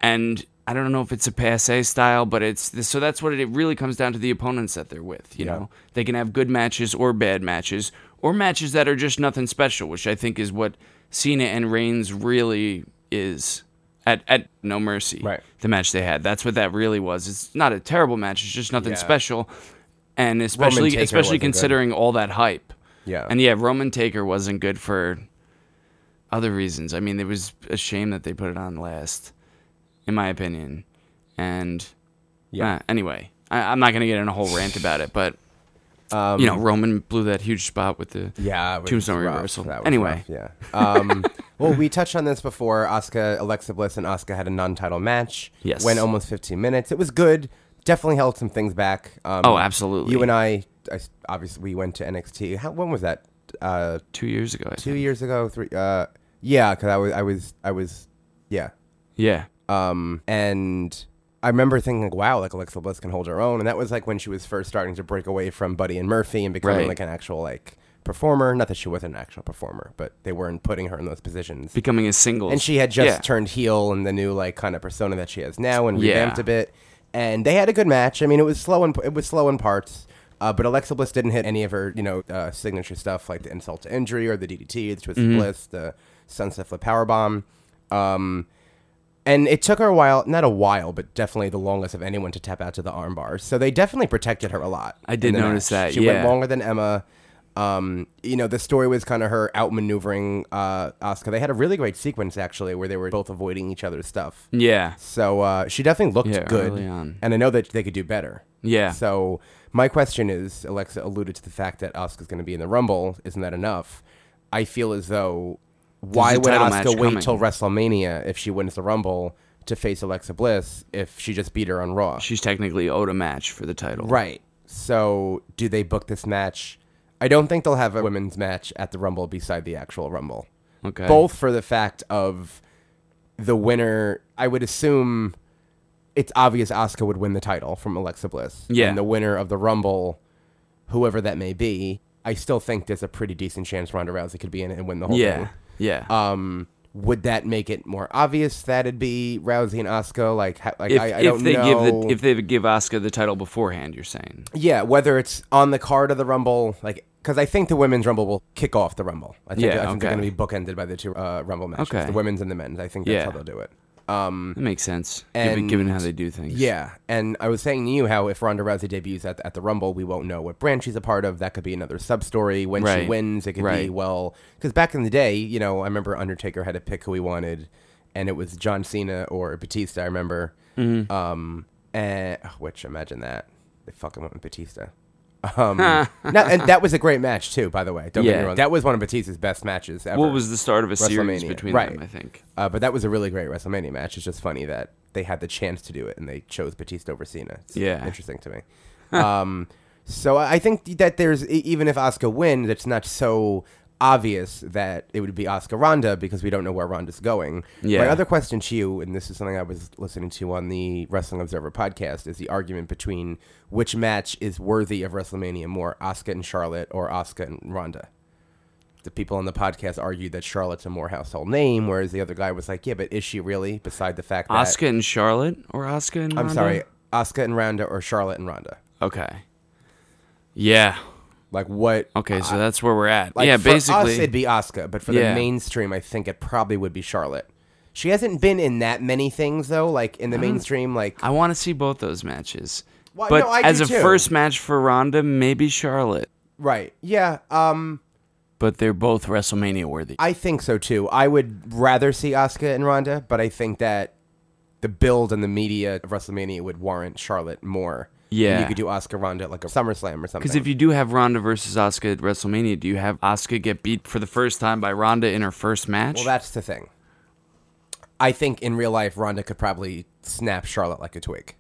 S8: And I don't know if it's a passe style, but it's so that's what it really comes down to the opponents that they're with. You
S7: Yeah.
S8: know, they can have good matches or bad matches or matches that are just nothing special, which I think is what Cena and Reigns really is at at No Mercy.
S7: Right.
S8: The match they had. That's what that really was. It's not a terrible match. It's just nothing
S7: Yeah.
S8: special. And especially
S7: Taker
S8: especially
S7: wasn't good.
S8: considering all that hype.
S7: Yeah.
S8: And yeah, Roman Taker wasn't good for other reasons. I mean, it was a shame that they put it on last, in my opinion. And yeah. anyway, I, I'm not gonna get in a whole rant about it, but you know, Roman blew that huge spot with the
S7: Um, Yeah, it was
S8: tombstone
S7: rough.
S8: reversal.
S7: That was
S8: Anyway,
S7: rough, yeah. Um, well, we touched on this before. Asuka, Alexa Bliss, and Asuka had a non-title match.
S8: Yes.
S7: went almost 15 minutes. It was good. Definitely held some things back. Um,
S8: Oh, absolutely.
S7: You and I, I s- obviously, we went to NXT. How, when was that? Uh,
S8: two years ago, I
S7: two
S8: think.
S7: years ago. Three? Uh, yeah, because I was, I was, I was, yeah.
S8: yeah,
S7: Um, and I remember thinking, like, wow, like Alexa Bliss can hold her own, and that was like when she was first starting to break away from Buddy and Murphy and becoming
S8: Right.
S7: like an actual like performer. Not that she was an actual performer, but they weren't putting her in those positions.
S8: becoming a single,
S7: and she had just
S8: yeah.
S7: turned heel in the new like kind of persona that she has now and
S8: Yeah.
S7: revamped a bit. And they had a good match. I mean, it was slow and it was slow in parts. Uh, but Alexa Bliss didn't hit any of her, you know, uh, signature stuff like the insult to injury or the DDT, the twisted
S8: Mm-hmm.
S7: bliss, the sunset flip powerbomb. Um, and it took her a while, not a while, but definitely the longest of anyone to tap out to the armbar. So they definitely protected her a lot.
S8: I did
S7: in the
S8: notice that,
S7: She went
S8: yeah.
S7: longer than Emma. Um, you know, the story was kind of her outmaneuvering uh, Asuka. They had a really great sequence, actually, where they were both avoiding each other's stuff.
S8: Yeah,
S7: So uh, she definitely looked
S8: Yeah,
S7: good.
S8: early on.
S7: And I know that they could do better.
S8: Yeah.
S7: So my question is Alexa alluded to the fact that Asuka's going to be in the Rumble. Isn't that enough? I feel as though why
S8: a
S7: would
S8: title match
S7: Asuka
S8: coming.
S7: wait till WrestleMania if she wins the Rumble to face Alexa Bliss if she just beat her on Raw?
S8: she's technically owed a match for the title.
S7: Right. So do they book this match? I don't think they'll have a women's match at the Rumble beside the actual Rumble.
S8: Okay.
S7: Both for the fact of the winner, I would assume it's obvious Asuka would win the title from Alexa Bliss.
S8: Yeah.
S7: And the winner of the Rumble, whoever that may be, I still think there's a pretty decent chance Ronda Rousey could be in it and win the whole
S8: Yeah.
S7: thing.
S8: Yeah.
S7: Um, would that make it more obvious that it'd be Rousey and Asuka? Like, ha- like
S8: if,
S7: I, I
S8: if
S7: don't
S8: they
S7: know.
S8: give the, if they give Oscar the title beforehand, you're saying
S7: Yeah, whether it's on the card of the Rumble, like because I think the women's Rumble will kick off the Rumble. I think,
S8: Yeah,
S7: I think they're
S8: okay.
S7: going to be bookended by the two uh, Rumble matches,
S8: Okay.
S7: the women's and the men's. I think that's
S8: Yeah.
S7: how they'll do it.
S8: that makes sense given, given how
S7: And-
S8: they do things.
S7: Yeah, and I was saying to you how if Ronda Rousey debuts at, at the Rumble, we won't know what brand she's a part of. That could be another sub story. When
S8: Right.
S7: she wins, it could be
S8: Right.
S7: well because back in the day, you know, I remember Undertaker had to pick who he wanted, and it was John Cena or Batista. I remember,
S8: Mm-hmm.
S7: um, and which imagine that they fucking went with Batista. Um, no, and that was a great match too. By the way, don't get
S8: Yeah.
S7: me wrong. That was one of Batista's best matches ever.
S8: What was the start of a series
S7: WrestleMania,
S8: between
S7: right.
S8: them? I think.
S7: Uh, but that was a really great WrestleMania match. It's just funny that they had the chance to do it and they chose Batista over Cena. It's
S8: Yeah.
S7: interesting to me. um, so I I think that there's e- even if Asuka wins, it's not so obvious that it would be Asuka Ronda because we don't know where Ronda's going.
S8: Yeah.
S7: My other question to you, and this is something I was listening to on the Wrestling Observer podcast, is the argument between which match is worthy of WrestleMania more, Asuka and Charlotte or Asuka and Ronda the people on the podcast argued that Charlotte's a more household name, whereas the other guy was like, "Yeah, but is she really?" Beside the fact that
S8: Oscar and Charlotte or Oscar and
S7: I'm
S8: Ronda?
S7: sorry, Asuka and Ronda or Charlotte and Ronda.
S8: Okay. Yeah.
S7: Like what?
S8: Okay, so that's where we're at.
S7: Uh, Like
S8: yeah,
S7: for
S8: basically.
S7: us, it'd be Asuka, but for
S8: Yeah.
S7: the mainstream, I think it probably would be Charlotte. She hasn't been in that many things though. Like in the mainstream, like
S8: I want to see both those matches.
S7: Well,
S8: but
S7: no, I do
S8: as a
S7: too.
S8: first match for Ronda, maybe Charlotte.
S7: right, yeah. Um,
S8: But they're both WrestleMania worthy.
S7: I think so too. I would rather see Asuka and Ronda, but I think that the build and the media of WrestleMania would warrant Charlotte more. And
S8: Yeah.
S7: you could do Asuka Ronda at, like a SummerSlam or something.
S8: Because if you do have Ronda versus Oscar at WrestleMania, do you have Oscar get beat for the first time by Ronda in her first match?
S7: Well, that's the thing. I think in real life, Ronda could probably snap Charlotte like a twig.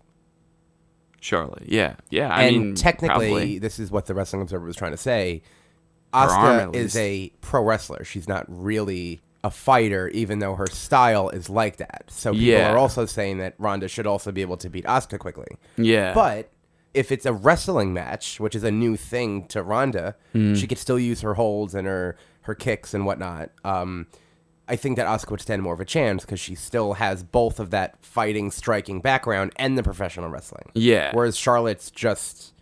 S8: Charlotte. Yeah, yeah. I
S7: and
S8: mean,
S7: technically,
S8: probably.
S7: this is what the Wrestling Observer was trying to say.
S8: arm, at
S7: Asuka
S8: least.
S7: is a pro wrestler. She's not really a fighter, even though her style is like that. So people
S8: Yeah.
S7: are also saying that Ronda should also be able to beat Asuka quickly.
S8: Yeah.
S7: But if it's a wrestling match, which is a new thing to Ronda,
S8: Mm.
S7: she could still use her holds and her, her kicks and whatnot. Um, I think that Asuka would stand more of a chance because she still has both of that fighting, striking background and the professional wrestling.
S8: Yeah.
S7: Whereas Charlotte's just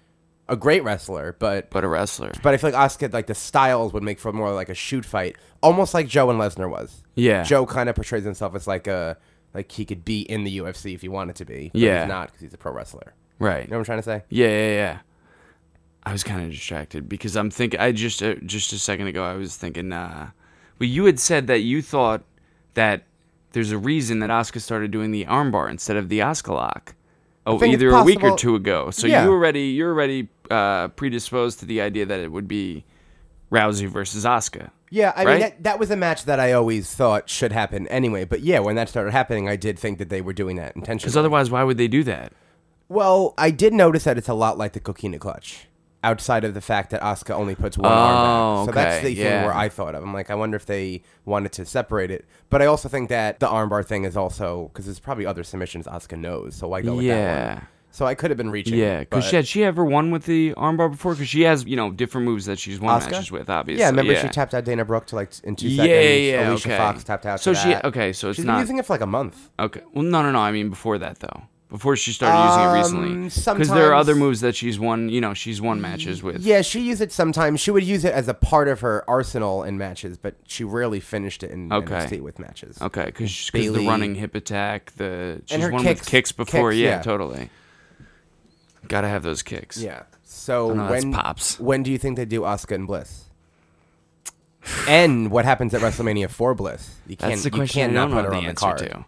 S7: a great wrestler, but
S8: but a wrestler.
S7: but I feel like Asuka, like the styles would make for more like a shoot fight, almost like Joe and Lesnar was.
S8: Yeah.
S7: Joe kind of portrays himself as like a like he could be in the UFC if he wanted to be. but
S8: Yeah.
S7: he's not because he's a pro wrestler.
S8: right.
S7: You know what I'm trying to say?
S8: Yeah, yeah, yeah. I was kind of distracted because I'm thinking. I just uh, just a second ago I was thinking. Uh, well, you had said that you thought that there's a reason that Oscar started doing the armbar instead of the Oscar lock. Oh,
S7: think it's
S8: either a week or
S7: possible-
S8: two ago. So
S7: Yeah.
S8: you already you're already uh, predisposed to the idea that it would be Rousey versus Oscar.
S7: Yeah, I
S8: Right?
S7: mean that that was a match that I always thought should happen anyway. But yeah, when that started happening, I did think that they were doing that intentionally.
S8: Because otherwise, why would they do that?
S7: Well, I did notice that it's a lot like the Coquina clutch. Outside of the fact that Asuka only puts one arm
S8: Oh,
S7: back. So that's
S8: okay,
S7: the
S8: yeah.
S7: thing where I thought of. I'm like, I wonder if they wanted to separate it. But I also think that the armbar thing is also because there's probably other submissions Asuka knows, so why go with that
S8: Yeah.
S7: one? So I could have been reaching.
S8: Yeah, because
S7: but-
S8: had she ever won with the armbar before? Because she has, you know, different moves that she's won
S7: Asuka?
S8: matches with. Obviously,
S7: Yeah, remember she tapped out Dana Brooke to like in two
S8: Yeah,
S7: seconds.
S8: yeah,
S7: Alicia
S8: okay.
S7: Fox tapped out. to
S8: So she-
S7: that.
S8: okay, so it's
S7: she's
S8: not-
S7: been using it for like a month.
S8: Okay. Well, no, no, no. I mean, before that though, before she started using it recently,
S7: Um,
S8: because there are other
S7: sometimes-
S8: moves that she's won. You know, she's won matches with.
S7: Yeah, she used it sometimes. She would use it as a part of her arsenal in matches, but she rarely finished it in
S8: Okay.
S7: NXT with matches.
S8: Okay, because the
S7: Bayley.
S8: running hip attack, the she's
S7: her
S8: won
S7: kicks-
S8: with kicks before.
S7: kicks,
S8: yeah,
S7: yeah.
S8: totally. Gotta have those kicks.
S7: Yeah. So
S8: know, that's
S7: when
S8: pops.
S7: when do you think they do Oscar and Bliss? and what happens at WrestleMania for Bliss? You can't.
S8: that's the
S7: you
S8: question.
S7: can't
S8: I
S7: not
S8: don't
S7: put
S8: know
S7: her
S8: the
S7: on the
S8: answer
S7: card.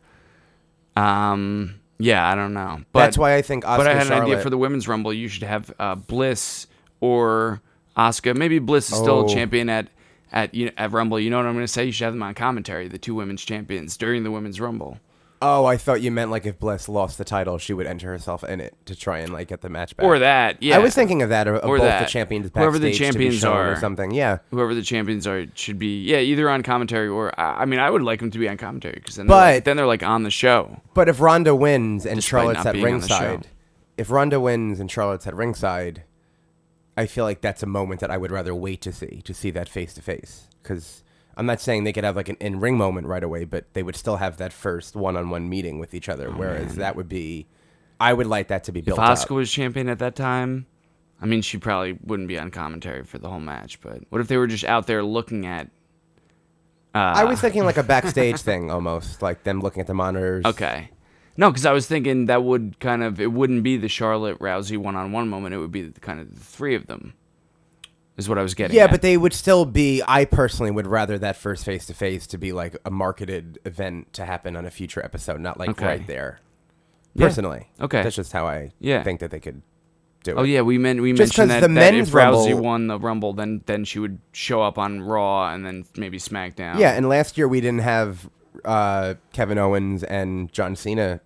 S8: to. Um. Yeah, I don't know. But
S7: That's why I think Oscar.
S8: But I had an idea
S7: Charlotte-
S8: for the women's rumble. You should have uh, Bliss or Asuka. Maybe Bliss is still
S7: Oh.
S8: champion at at you know, at Rumble. You know what I'm going to say? You should have them on commentary, the two women's champions during the women's rumble,
S7: Oh, I thought you meant like if Bliss lost the title, she would enter herself in it to try and like get the match back.
S8: or that. Yeah,
S7: I was thinking of that, or, of
S8: Or
S7: both
S8: that.
S7: the champions backstage
S8: Whoever the
S7: to be
S8: champions
S7: shown
S8: are.
S7: or something. Yeah.
S8: whoever the champions are should be. Yeah, either on commentary or I I mean, I would like them to be on commentary because then they're, like,
S7: But-
S8: then they're like on the show.
S7: But if Ronda wins and
S8: Despite
S7: Charlotte's
S8: not
S7: at
S8: being on the show.
S7: ringside, if Ronda wins and Charlotte's at ringside, I feel like that's a moment that I would rather wait to see to see that face to face. Because I'm not saying they could have like an in ring moment right away, but they would still have that first one on one meeting with each other. whereas that would be, I would like that to
S8: Oh,
S7: be
S8: If
S7: built
S8: Asuka
S7: up.
S8: was champion at that time. I mean, she probably wouldn't be on commentary for the whole match, but what if they were just out there looking at?
S7: I was thinking like a backstage thing almost, like them looking at the monitors.
S8: Okay. No, because I was thinking that would kind of it wouldn't be the Charlotte Rousey one on one moment. It would be the, kind of the three of them. Is what I was getting.
S7: Yeah,
S8: at.
S7: but they would still be. I personally would rather that first face to face to be like a marketed event to happen on a future episode, not like
S8: Okay.
S7: right there.
S8: Yeah.
S7: Personally,
S8: Okay.
S7: that's just how I
S8: Yeah.
S7: think that they could do it.
S8: Oh yeah, we meant we
S7: Just
S8: mentioned
S7: 'cause
S8: that,
S7: the
S8: that
S7: men's
S8: if Rousey
S7: Rumble-
S8: won the Rumble, then then she would show up on Raw and then maybe SmackDown.
S7: yeah. And last year we didn't have uh, Kevin Owens and John Cena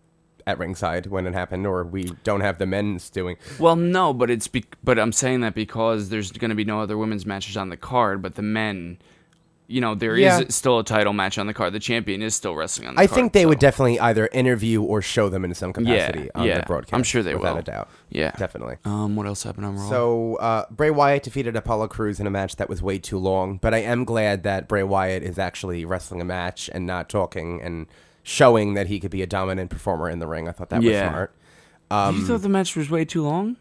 S7: at ringside when it happened, or we don't have the men's doing.
S8: Well, no, but it's be- but I'm saying that because there's going to be no other women's matches on the card, but the men, you know, there is
S7: Yeah.
S8: still a title match on the card. The champion is still wrestling on the
S7: I
S8: card.
S7: think they would
S8: so-
S7: definitely either interview or show them in some capacity on
S8: yeah.
S7: the broadcast.
S8: I'm sure they
S7: without
S8: will.
S7: a doubt.
S8: Yeah.
S7: definitely.
S8: Um, what else happened on Raw?
S7: So uh, Bray Wyatt defeated Apollo Cruz in a match that was way too long, but I am glad that Bray Wyatt is actually wrestling a match and not talking and showing that he could be a dominant performer in the ring. I thought that
S8: Yeah.
S7: was smart.
S8: you thought the match was way too long?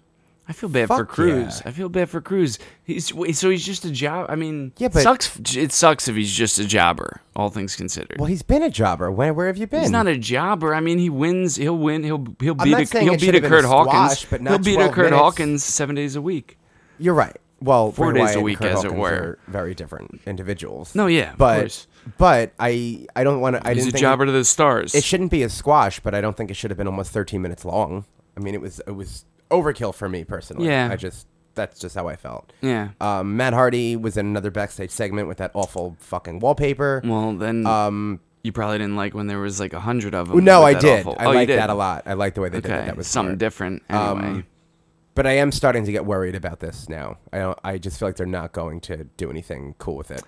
S8: I feel bad for
S7: Fuck
S8: Cruz.
S7: yeah.
S8: I feel bad for Cruz. He's wait, so he's just a job. I mean,
S7: Yeah, but-
S8: sucks. It sucks if he's just a jobber. All things considered,
S7: Well, he's been a jobber. Where, where have you been?
S8: he's not a jobber. I mean, he wins. He'll win. He'll he'll
S7: I'm
S8: beat
S7: not
S8: a,
S7: saying
S8: he'll
S7: it
S8: beat
S7: should
S8: a
S7: have been
S8: Kurt
S7: a
S8: Hawkins.
S7: squash, but not
S8: he'll beat a
S7: 12
S8: Kurt
S7: minutes.
S8: Hawkins seven days a week.
S7: You're right. Well,
S8: Four days
S7: Bray
S8: a
S7: Wyatt and
S8: week,
S7: Kurt
S8: as it
S7: Hawkins
S8: were.
S7: are very different individuals.
S8: No, yeah, of
S7: but
S8: course.
S7: but I I don't want to. I
S8: He's a
S7: didn't think
S8: jobber to the stars.
S7: it shouldn't be a squash, but I don't think it should have been almost 13 minutes long. I mean, it was it was overkill for me personally.
S8: Yeah.
S7: I just that's just how I felt.
S8: Yeah.
S7: Um, Matt Hardy was in another backstage segment with that awful fucking wallpaper.
S8: well, then
S7: Um,
S8: you probably didn't like when there was like a hundred of them.
S7: Well, no,
S8: with
S7: I
S8: that
S7: did.
S8: awful-
S7: I
S8: oh, you
S7: liked
S8: did?
S7: that a lot. I liked the way they did
S8: Okay,
S7: it. That was
S8: something
S7: smart.
S8: different.
S7: Um,
S8: Anyway,
S7: But I am starting to get worried about this now. I don't. I just feel like they're not going to do anything cool with it.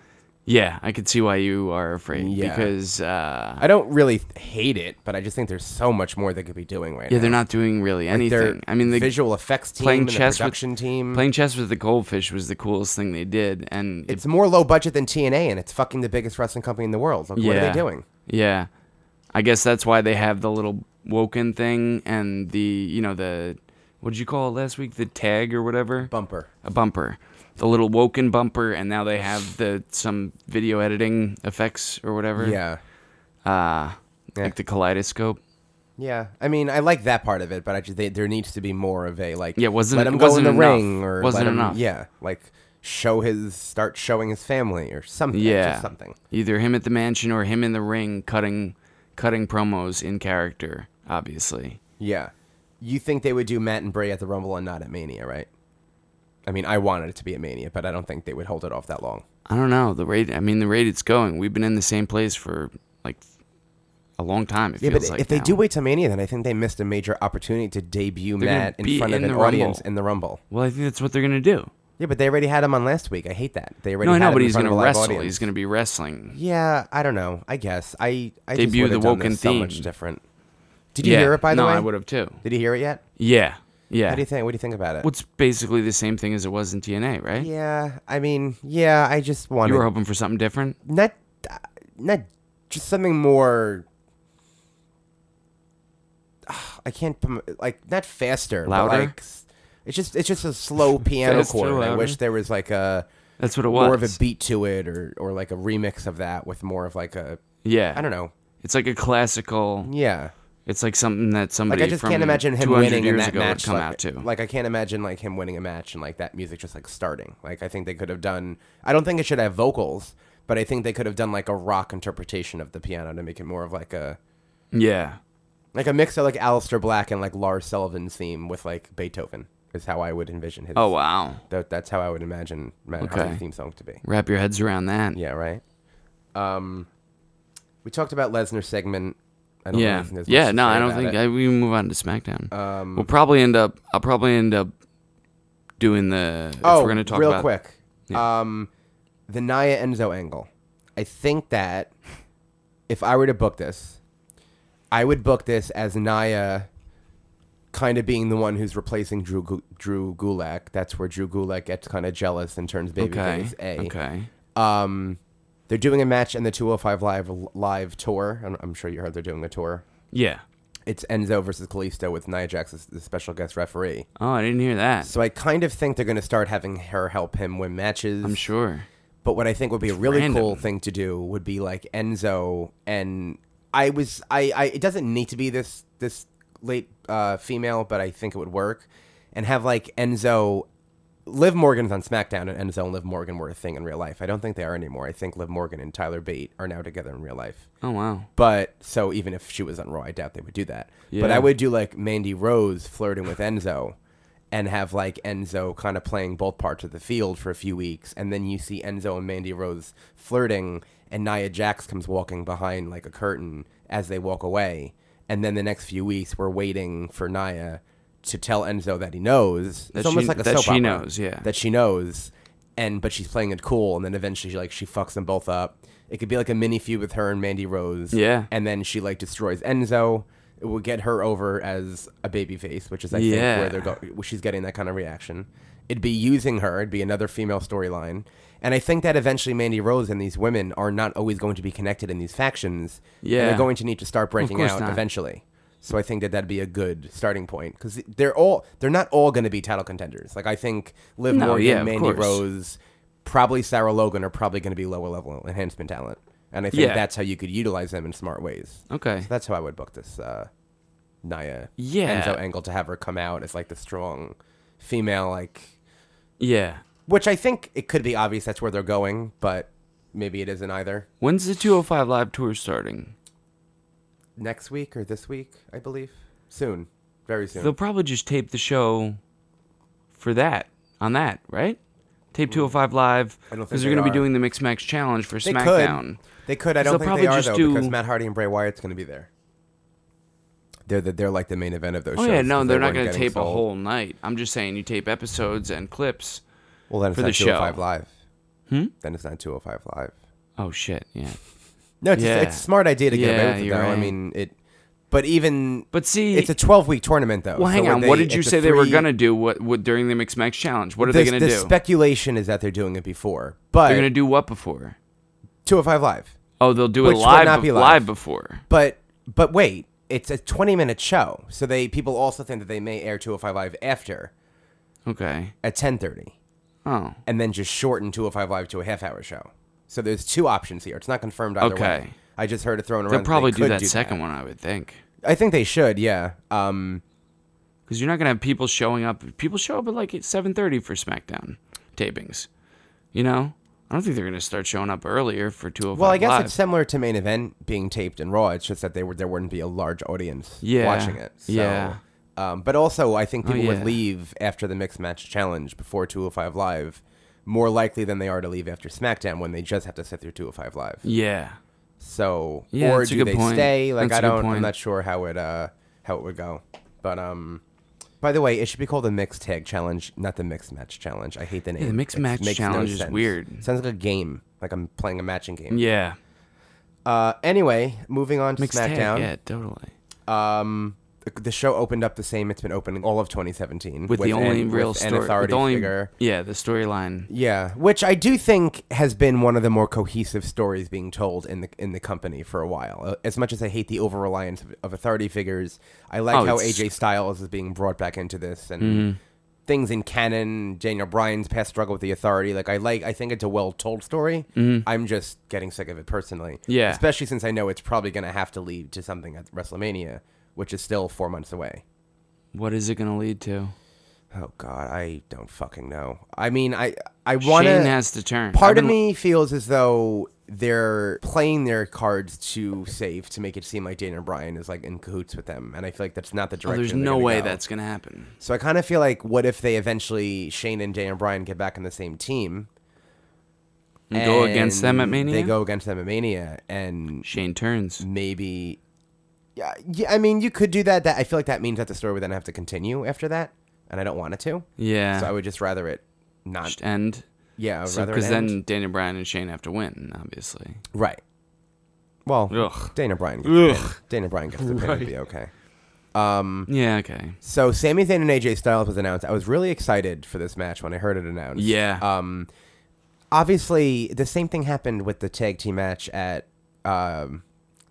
S8: yeah, I could see why you are afraid
S7: Yeah.
S8: because uh,
S7: I don't really hate it, but I just think there's so much more they could be doing right
S8: yeah,
S7: now.
S8: they're not doing really anything. I mean, the
S7: visual effects team,
S8: playing
S7: and
S8: chess
S7: the production
S8: with,
S7: team.
S8: playing chess with the goldfish was the coolest thing they did, and it
S7: it's more low budget than TNA, and it's fucking the biggest wrestling company in the world. Like, what are
S8: Yeah.
S7: they doing?
S8: Yeah. I guess that's why they have the little woken thing and the, you know, the, what did you call it last week? The tag or whatever?
S7: Bumper.
S8: A bumper. The little woken bumper, and now they have the some video editing effects or whatever.
S7: Yeah.
S8: Uh,
S7: Yeah.
S8: Like the kaleidoscope.
S7: Yeah, I mean, I like that part of it, but I just they, there needs to be more of a like.
S8: Yeah, wasn't-
S7: let him
S8: it
S7: go in
S8: wasn't
S7: the
S8: enough.
S7: ring or
S8: Wasn't
S7: let him-
S8: enough.
S7: Yeah, like show his start showing his family or something.
S8: Yeah.
S7: just something.
S8: Either him at the mansion or him in the ring cutting cutting promos in character, obviously.
S7: Yeah, you think they would do Matt and Bray at the Rumble and not at Mania, right? I mean, I wanted it to be at Mania, but I don't think they would hold it off that long.
S8: I don't know. The rate I mean the rate it's going. We've been in the same place for like a long time. It
S7: Yeah,
S8: feels
S7: but
S8: like
S7: if they
S8: now.
S7: do wait till Mania, then I think they missed a major opportunity to debut
S8: They're gonna
S7: Matt in
S8: be
S7: front
S8: in
S7: of an
S8: the Rumble.
S7: audience in the Rumble.
S8: Well, I think that's what they're gonna do.
S7: Yeah, but they already had him on last week. I hate that they already.
S8: No, I
S7: had
S8: know,
S7: him
S8: but
S7: in
S8: he's
S7: front
S8: gonna
S7: of a live
S8: wrestle.
S7: audience.
S8: He's gonna be wrestling.
S7: Yeah, I don't know. I guess I I
S8: Debut
S7: just
S8: the
S7: would've done
S8: Woken
S7: this so much
S8: theme.
S7: different. Did you
S8: yeah.
S7: hear it by the
S8: no,
S7: way?
S8: I would have too.
S7: Did you hear it yet?
S8: Yeah, yeah.
S7: How do you think? What do you think about it?
S8: What's basically the same thing as it was in TNA, right?
S7: yeah, I mean, yeah, I just wanted
S8: You were hoping for something different.
S7: not not just something more. I can't prom- like not faster,
S8: Louder?
S7: But like, s- it's just it's just a slow piano
S8: Faster,
S7: chord. I
S8: louder?
S7: wish there was like a
S8: That's what it was.
S7: more of a beat to it, or or like a remix of that with more of like a
S8: Yeah.
S7: I don't know.
S8: It's like a classical.
S7: Yeah,
S8: It's like something that somebody
S7: Like I just
S8: from
S7: can't imagine him
S8: 200
S7: winning in
S8: years
S7: that
S8: ago
S7: match.
S8: would come
S7: like,
S8: out to.
S7: like I can't imagine like him winning a match and like that music just like starting. Like I think they could have done. I don't think it should have vocals, but I think they could have done like a rock interpretation of the piano to make it more of like a
S8: yeah.
S7: like a mix of like Aleister Black and like Lars Sullivan's theme with like Beethoven is how I would envision his.
S8: Oh wow.
S7: that, that's how I would imagine Matt
S8: Okay.
S7: Hardy's theme song to be.
S8: Wrap your heads around that.
S7: Yeah, right. Um, we talked about Lesnar segment. I don't
S8: yeah,
S7: really think there's much
S8: yeah.
S7: to
S8: No,
S7: say
S8: I don't
S7: about
S8: think
S7: it.
S8: I, we can move on to SmackDown. Um, we'll probably end up. I'll probably end up doing the. if
S7: Oh,
S8: we're gonna talk
S7: real
S8: about,
S7: quick. Um, the Naya Enzo angle. I think that if I were to book this, I would book this as Naya kind of being the one who's replacing Drew Gu- Drew Gulak. That's where Drew Gulak gets kind of jealous and turns
S8: Okay.
S7: babyface A.
S8: Okay.
S7: Um, they're doing a match in the 205 live live tour. I'm, I'm sure you heard they're doing the tour.
S8: Yeah.
S7: It's Enzo versus Kalisto with Nia Jax as the special guest referee.
S8: Oh, I didn't hear that.
S7: So I kind of think they're going to start having her help him win matches.
S8: I'm sure.
S7: But what I think would be a really
S8: random.
S7: cool thing to do would be like Enzo and I was I, I it doesn't need to be this this late uh, female, but I think it would work. And have like Enzo Liv Morgan's on SmackDown and Enzo and Liv Morgan were a thing in real life. I don't think they are anymore. I think Liv Morgan and Tyler Bate are now together in real life.
S8: Oh wow.
S7: But so even if she was on Raw, I doubt they would do that. But
S8: Yeah.
S7: I would do like Mandy Rose flirting with Enzo and have like Enzo kind of playing both parts of the field for a few weeks. And then you see Enzo and Mandy Rose flirting, and Nia Jax comes walking behind like a curtain as they walk away. And then the next few weeks, we're waiting for Nia to tell Enzo that he knows.
S8: That
S7: it's almost
S8: she-
S7: like a
S8: that
S7: soap
S8: she
S7: opera
S8: knows, yeah.
S7: That she knows and but she's playing it cool and then eventually she like she fucks them both up it could be like a mini feud with her and mandy rose
S8: Yeah.
S7: and then she like destroys enzo it will get her over as a baby face which is i think
S8: Yeah.
S7: where they're going she's getting that kind of reaction it'd be using her it'd be another female storyline and i think that eventually mandy rose and these women are not always going to be connected in these factions and
S8: Yeah.
S7: they're going to need to start breaking
S8: course
S7: out
S8: not.
S7: eventually so I think that that'd be a good starting point because they're all they're not all going to be title contenders. Like I think Liv
S8: No,
S7: Morgan,
S8: yeah, of
S7: Mandy
S8: course.
S7: Rose, probably Sarah Logan are probably going to be lower level enhancement talent, and I think
S8: Yeah.
S7: that's how you could utilize them in smart ways.
S8: Okay.
S7: so that's how I would book this uh, Naya
S8: Yeah.
S7: Enzo angle to have her come out as like the strong female, like
S8: Yeah.
S7: which I think it could be obvious that's where they're going, but maybe it isn't either.
S8: When's the 205 Live tour starting?
S7: Next week or this week, I believe, soon, very soon.
S8: They'll probably just tape the show for that on that, right? Tape 205 Live
S7: Hmm. I don't think
S8: because they're
S7: they
S8: going to
S7: are.
S8: be doing the Mix Match Challenge for
S7: They
S8: SmackDown.
S7: could. They could. I
S8: They'll
S7: don't think
S8: probably
S7: they are
S8: just
S7: though,
S8: do-
S7: because Matt Hardy and Bray Wyatt's going to be there. They're the, they're like the main event of those.
S8: Oh
S7: shows
S8: yeah, no,
S7: 'cause
S8: they're
S7: they
S8: not
S7: weren't
S8: going to
S7: getting
S8: tape a
S7: sold.
S8: whole night. I'm just saying you tape episodes and clips.
S7: Well, then it's
S8: for the
S7: not 205
S8: show. Hmm?
S7: live. Then it's not 205 live.
S8: Oh shit, yeah.
S7: No, it's,
S8: Yeah.
S7: it's a smart idea to get
S8: Yeah,
S7: away with it
S8: you're
S7: though. I
S8: right.
S7: mean, it. But even
S8: But see-
S7: it's a 12 week tournament though.
S8: Well, hang
S7: so
S8: on.
S7: they-
S8: what did you
S7: it's a
S8: say they were
S7: three-
S8: going to do? What, what during the Mix Match Challenge? What are they
S7: the-
S8: going
S7: the
S8: to do?
S7: speculation is that they're doing it before, but
S8: they're going to do what before?
S7: 205 live.
S8: Oh, they'll do
S7: Which
S8: it
S7: would
S8: live,
S7: not be
S8: be
S7: live.
S8: live. before.
S7: But but wait, it's a 20 minute show, so they people also think that they may air 205 live after
S8: Okay.
S7: at 10:30.
S8: Oh.
S7: and then just shorten 205 Live to a half hour show. So there's two options here. It's not confirmed either way.
S8: Okay.
S7: I just heard it thrown around.
S8: They'll
S7: that
S8: probably
S7: they
S8: do
S7: could
S8: that second one, I would think.
S7: I think they should, yeah. Um,
S8: Because you're not going to have people showing up. People show up at like 7.30 for SmackDown tapings. You know? I don't think they're going to start showing up earlier for 205
S7: well, I guess
S8: Live.
S7: it's similar to main event being taped and Raw. It's just that they were there wouldn't be a large audience
S8: Yeah,
S7: watching it. So,
S8: yeah. Oh,
S7: Um, but also, I think people would
S8: yeah.
S7: leave after the mixed match challenge before 205 Live more likely than they are to leave after SmackDown when they just have to sit through 205 Live.
S8: Yeah.
S7: So,
S8: Yeah,
S7: or
S8: that's a
S7: do
S8: good
S7: they
S8: point.
S7: stay? Like,
S8: That's
S7: I
S8: a good
S7: don't. I'm
S8: point.
S7: not sure how it uh how it would go. But um, by the way, it should be called the mixed tag challenge, not the mixed match challenge. I hate the name.
S8: the mixed
S7: It
S8: match
S7: makes
S8: challenge is
S7: sense.
S8: weird.
S7: Sounds like a game. Like I'm playing a matching game.
S8: Yeah.
S7: Uh, anyway, moving on to
S8: Mixed tag,
S7: SmackDown.
S8: Yeah, totally.
S7: Um, the show opened up the same it's been opening all of 2017
S8: With, the
S7: an-
S8: only real
S7: with
S8: story.
S7: an authority
S8: with the only,
S7: figure.
S8: Yeah, the storyline.
S7: Yeah, which I do think has been one of the more cohesive stories being told in the in the company for a while. Uh, As much as I hate the over reliance of, of authority figures, I like
S8: Oh,
S7: how
S8: it's- Mm-hmm.
S7: AJ Styles is being brought back into this and things in canon. Daniel Bryan's past struggle with the authority, like I like, I think it's a well told story. I'm just getting sick of it personally.
S8: Mm-hmm. Yeah.
S7: especially since I know it's probably going to have to lead to something at WrestleMania, which is still four months away.
S8: What is it going to lead to?
S7: Oh God, I don't fucking know. I mean, I I want
S8: Shane has to turn.
S7: Part
S8: I've
S7: of
S8: been-
S7: me feels as though they're playing their cards too safe to make it seem like Daniel Bryan is like in cahoots with them, and I feel like that's not the
S8: Oh,
S7: direction.
S8: there's
S7: they're
S8: no
S7: gonna
S8: way
S7: go.
S8: that's going to happen.
S7: So I kind of feel like, what if they eventually Shane and Daniel Bryan get back on the same team?
S8: And go against them at
S7: and
S8: Mania?
S7: They go against them at Mania, and
S8: Shane turns.
S7: maybe. Yeah, yeah. I mean, you could do that. That I feel like that means that the story would then have to continue after that, and I don't want it to.
S8: Yeah.
S7: So I would just rather it not.
S8: end.
S7: Yeah, I would rather it
S8: Because
S7: end.
S8: then Daniel Bryan and Shane have to win, obviously.
S7: Right. Well,
S8: Ugh.
S7: Dana Bryan gets the pin. Dana Bryan gets the pin. It'd be okay. Hmm.
S8: Yeah, okay.
S7: So Sami Zayn and AJ Styles was announced. I was really excited for this match when I heard it announced.
S8: Yeah.
S7: Um, obviously, the same thing happened with the tag team match at um,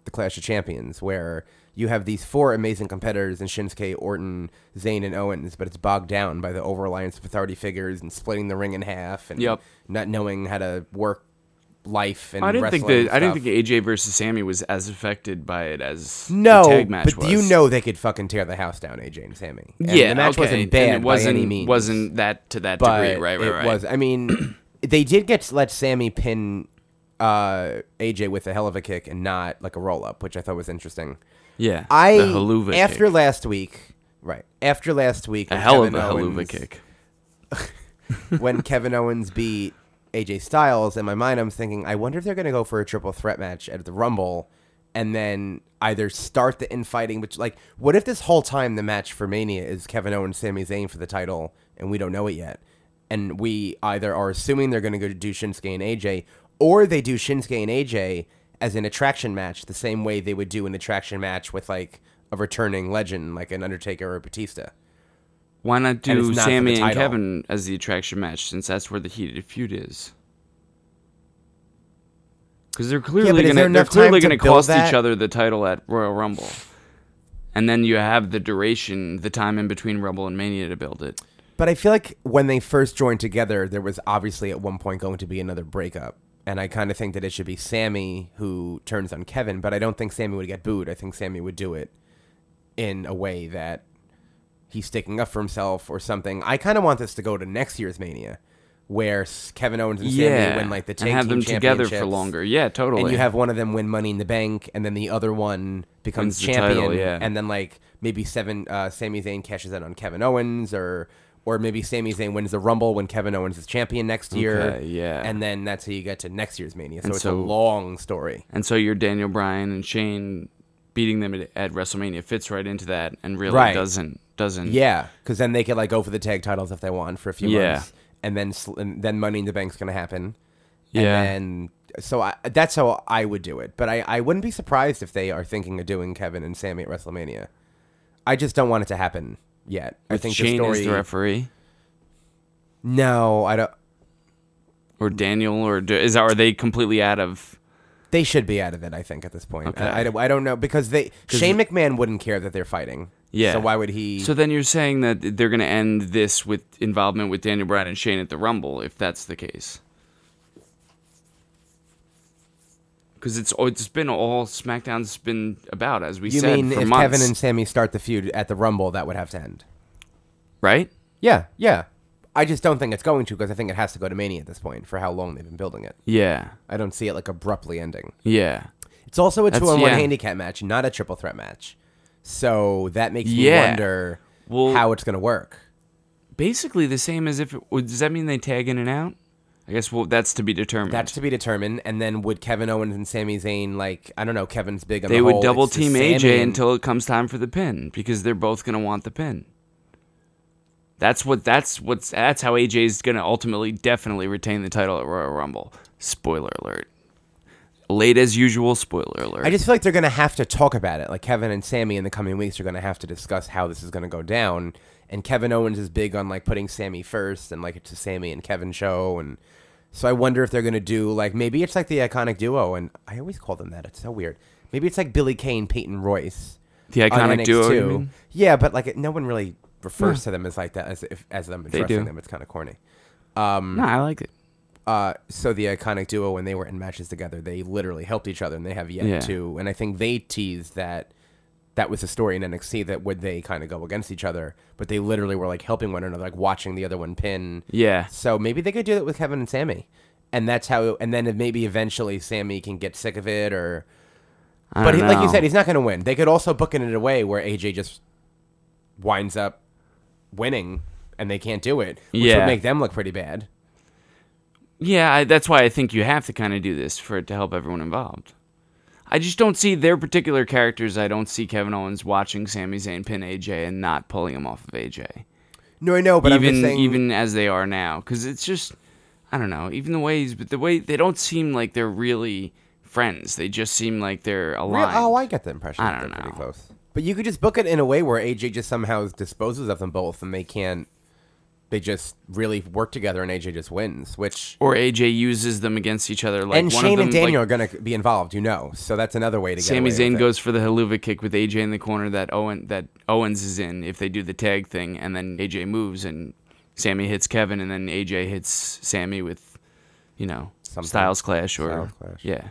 S7: the Clash of Champions, where you have these four amazing competitors in Shinsuke, Orton, Zayn, and Owens, but it's bogged down by the over reliance of authority figures and splitting the ring in half and
S8: Yep.
S7: not knowing how to work life and
S8: I didn't think
S7: wrestling and
S8: that I didn't
S7: stuff.
S8: think AJ versus Sammy was as affected by it as
S7: No,
S8: the tag match
S7: but
S8: was.
S7: you know they could fucking tear the house down, AJ and Sammy. And
S8: yeah,
S7: the match
S8: okay.
S7: wasn't
S8: and
S7: bad
S8: it wasn't
S7: by any means.
S8: wasn't that to that
S7: but
S8: degree, right? Right,
S7: it
S8: right.
S7: was. I mean, they did get to let Sammy pin uh, AJ with a hell of a kick and not like a roll up, which I thought was interesting.
S8: yeah,
S7: I
S8: the haluva
S7: after
S8: kick.
S7: last week, right? After last week,
S8: a
S7: when
S8: hell of
S7: Kevin
S8: a haluva
S7: Owens-
S8: kick.
S7: when Kevin Owens beat AJ Styles, in my mind, I'm thinking, I wonder if they're going to go for a triple threat match at the Rumble and then either start the infighting, which, like, what if this whole time the match for Mania is Kevin Owens, Sami Zayn for the title, and we don't know it yet? And we either are assuming they're going to go to do Shinsuke and AJ, or they do Shinsuke and AJ as an attraction match, the same way they would do an attraction match with, like, a returning legend, like an Undertaker or Batista.
S8: Why not
S7: and
S8: do
S7: it's not for
S8: Sammy
S7: the
S8: and
S7: title.
S8: Kevin as the attraction match since that's where the heated feud is? Because they're
S7: but
S8: clearly
S7: is there
S8: going to they're
S7: enough time
S8: clearly
S7: to
S8: going to
S7: build
S8: cost
S7: that?
S8: each other the title at Royal Rumble, and then you have the duration, the time in between Rumble and Mania to build it.
S7: But I feel like when they first joined together, there was obviously at one point going to be another breakup. And I kind of think that it should be Sammy who turns on Kevin, but I don't think Sammy would get booed. I think Sammy would do it in a way that he's sticking up for himself or something. I kind of want this to go to next year's Mania, where S- Kevin Owens and
S8: yeah,
S7: Sammy win like the tag
S8: and have
S7: team
S8: them together for
S7: championships,
S8: longer. Yeah, totally.
S7: And you have one of them win Money in the Bank, and then the other one becomes
S8: Wins the title,
S7: champion,
S8: yeah.
S7: and then like maybe seven uh, Sami Zayn cashes in on Kevin Owens or Or maybe Sami Zayn wins the Rumble when Kevin Owens is champion next year.
S8: Okay, yeah.
S7: And then that's how you get to next year's Mania. So
S8: And
S7: it's a
S8: so-
S7: long story.
S8: And so your Daniel Bryan and Shane beating them at, at WrestleMania fits right into that and really
S7: Right.
S8: doesn't doesn't
S7: Yeah, because then they could like go for the tag titles if they want for a few
S8: Yeah.
S7: months, and then sl- and then Money in the Bank's gonna happen.
S8: Yeah.
S7: And then, so I, that's how I would do it. But I, I wouldn't be surprised if they are thinking of doing Kevin and Sammy at WrestleMania. I just don't want it to happen yet. I
S8: With
S7: think
S8: Shane
S7: the story.
S8: is the referee
S7: no, I don't.
S8: or Daniel or do, is are they completely out of
S7: They should be out of it. I think at this point.
S8: Okay.
S7: I, I don't- I don't know because they Shane McMahon wouldn't care that they're fighting.
S8: Yeah.
S7: So why would he?
S8: So then you're saying that they're going to end this with involvement with Daniel Bryan and Shane at the Rumble if that's the case. Cuz it's it's been all SmackDown's been about as we
S7: you
S8: said
S7: mean
S8: for
S7: if
S8: months,
S7: Kevin and Sammy start the feud at the Rumble, that would have to end.
S8: right?
S7: Yeah, yeah. I just don't think it's going to because I think it has to go to Mania at this point for how long they've been building it.
S8: Yeah.
S7: I don't see it like abruptly ending.
S8: Yeah.
S7: It's also a
S8: That's-
S7: two on one
S8: yeah.
S7: handicap match, not a triple threat match. So that makes me
S8: Yeah.
S7: wonder
S8: Well-
S7: how it's going to work.
S8: Basically the same as if it, would- does that mean they tag in and out? I guess well that's to be determined.
S7: That's to be determined. And then would Kevin Owens and Sami Zayn, like, I don't know, Kevin's big on
S8: they
S7: the
S8: would
S7: whole,
S8: double
S7: it's the
S8: team
S7: Sammy
S8: AJ
S7: and-
S8: until it comes time for the pin because they're both going to want the pin. That's what that's what's that's how AJ's going to ultimately definitely retain the title at Royal Rumble. Spoiler alert. Late as usual, spoiler alert.
S7: I just feel like they're going to have to talk about it. Like Kevin and Sammy in the coming weeks are going to have to discuss how this is going to go down. And Kevin Owens is big on like putting Sammy first, and like it's a Sammy and Kevin show. And so I wonder if they're going to do like maybe it's like the iconic duo, and I always call them that. It's so weird. Maybe it's like Billy Kane, Peyton Royce,
S8: The
S7: on
S8: iconic duo, you
S7: NXT.
S8: mean?
S7: Yeah, but like no one really refers to them as like that as if as them addressing
S8: do.
S7: them. It's kind of corny.
S8: no, I like it.
S7: Uh, so the iconic duo, when they were in matches together, they literally helped each other, and they have yet
S8: Yeah.
S7: to. And I think they teased that that was the story in NXT that would they kind of go against each other, but they literally were like helping one another, like watching the other one pin.
S8: Yeah.
S7: So maybe they could do that with Kevin and Sammy, and that's how. And then maybe eventually Sammy can get sick of it, or
S8: I
S7: but
S8: don't
S7: he, like you
S8: know.
S7: said, he's not going to win. They could also book it in a way where AJ just winds up winning, and they can't do it, which would
S8: Yeah.
S7: make them look pretty bad.
S8: Yeah, I, that's why I think you have to kind of do this for it to help everyone involved. I just don't see their particular characters. I don't see Kevin Owens watching Sami Zayn pin AJ and not pulling him off of AJ.
S7: No, I know, but
S8: even
S7: I'm just saying,
S8: even as they are now because it's just i don't know even the ways but the way they don't seem like they're really friends they just seem like they're
S7: Real-
S8: aligned
S7: oh, I get the impression
S8: I
S7: that
S8: don't
S7: they're pretty
S8: know.
S7: close. But you could just book it in a way where AJ just somehow disposes of them both, and they can't. They just really work together, and AJ just wins. Which
S8: or aj uses them against each other like
S7: and
S8: one
S7: Shane
S8: of them,
S7: and Daniel
S8: like,
S7: are going to be involved, you know. So that's another way to get.
S8: Sami
S7: away with
S8: Zayn
S7: it.
S8: goes for the haluva kick with AJ in the corner that Owen that Owens is in if they do the tag thing and then AJ moves and Sammy hits Kevin and then AJ hits Sammy with you know
S7: Something.
S8: Styles Clash or
S7: Styles Clash.
S8: yeah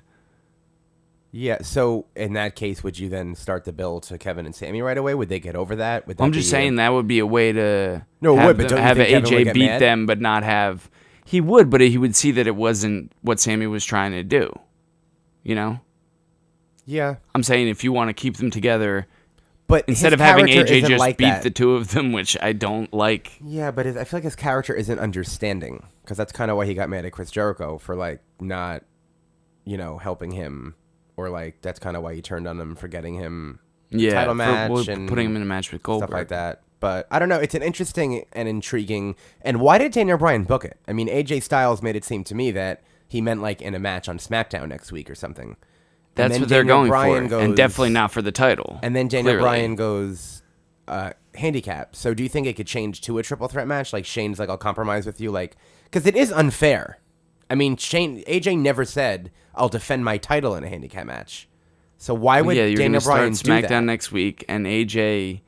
S7: Yeah. So in that case, would you then start the bill to Kevin and Sammy right away? Would they get over that? Would that
S8: I'm just
S7: be-
S8: saying that would be a way to
S7: No, it
S8: have,
S7: would, but
S8: them-
S7: don't you
S8: have
S7: think Kevin would
S8: AJ
S7: get
S8: beat
S7: mad?
S8: them, but not have he would, but he would see that it wasn't what Sammy was trying to do. You know,
S7: Yeah.
S8: I'm saying if you want to keep them together,
S7: But
S8: instead of
S7: his
S8: having
S7: character
S8: AJ
S7: isn't
S8: just
S7: like
S8: beat
S7: that.
S8: the two of them, which I don't like.
S7: Yeah, but his, I feel like his character isn't understanding because that's kind of why he got mad at Chris Jericho for like not, you know, helping him, or like that's kind of why he turned on him for getting him the
S8: Yeah,
S7: title
S8: for-
S7: match
S8: well,
S7: and
S8: putting him in a match with Goldberg.
S7: stuff like that. But I don't know. It's an interesting and intriguing. And why did Daniel Bryan book it? I mean, AJ Styles made it seem to me that he meant like in a match on SmackDown next week or something.
S8: That's
S7: then
S8: what they're
S7: Daniel
S8: going
S7: Bryan
S8: for,
S7: goes-
S8: and definitely not for the title.
S7: And then Daniel
S8: clearly.
S7: Bryan goes uh, handicap. So do you think it could change to a triple threat match? Like Shane's like, I'll compromise with you, like because it is unfair. I mean, Shane AJ never said I'll defend my title in a handicap match. So why would
S8: yeah, you're
S7: Daniel Bryan
S8: gonna start
S7: do
S8: SmackDwn
S7: that?
S8: next week, and AJ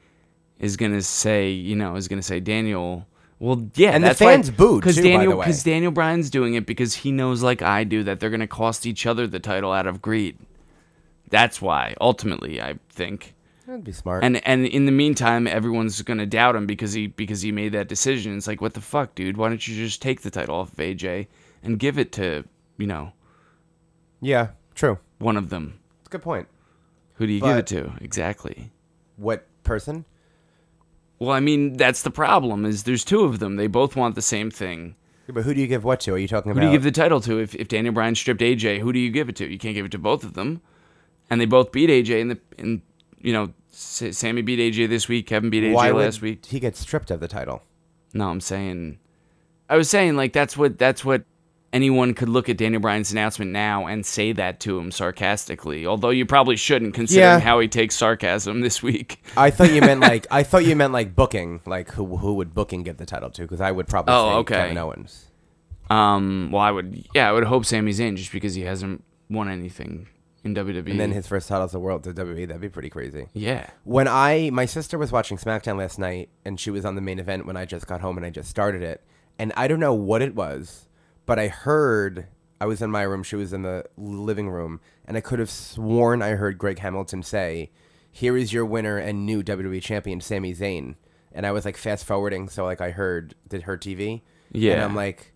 S8: is gonna say, you know, is gonna say Daniel. Well, yeah,
S7: And the
S8: that's
S7: fans booed,
S8: because
S7: too, by the
S8: Daniel
S7: way.
S8: because Daniel Bryan's doing it because he knows, like I do, that they're gonna cost each other the title out of greed. That's why, ultimately, I think.
S7: That'd be smart.
S8: And and in the meantime, everyone's gonna doubt him because he because he made that decision. It's like, what the fuck, dude? Why don't you just take the title off of AJ and give it to you know
S7: yeah, true.
S8: one of them?
S7: It's a good point.
S8: Who do you
S7: But-
S8: give it to exactly?
S7: What person?
S8: Well, I mean, that's the problem. Is there's two of them. They both want the same thing.
S7: But who do you give what to? Are you talking
S8: Who
S7: about?
S8: do you give the title to? If if Daniel Bryan stripped AJ, who do you give it to? You can't give it to both of them, and they both beat AJ. And the and you know, S- Sammy beat AJ this week. Kevin beat AJ
S7: Why would
S8: last week.
S7: he get stripped of the title?
S8: No, I'm saying, I was saying like that's what that's what anyone could look at Daniel Bryan's announcement now and say that to him sarcastically. Although you probably shouldn't, considering
S7: Yeah.
S8: how he takes sarcasm this week.
S7: I thought you meant like I thought you meant like booking, like who who would booking give the title to? Because I would probably
S8: Oh,
S7: say
S8: okay.
S7: Kevin Owens.
S8: Um, well, I would, yeah, I would hope Sami Zayn just because he hasn't won anything in WWE.
S7: And then his first title's the world to WWE. That'd be pretty crazy.
S8: yeah,
S7: When I my sister was watching SmackDown last night, and she was on the main event when I just got home and I just started it, and I don't know what it was, but I heard I was in my room, she was in the living room, and I could have sworn I heard Greg Hamilton say, "Here is your winner and new WWE champion, Sami Zayn." And I was like fast forwarding, so like I heard did her TV, and
S8: Yeah.
S7: I'm like.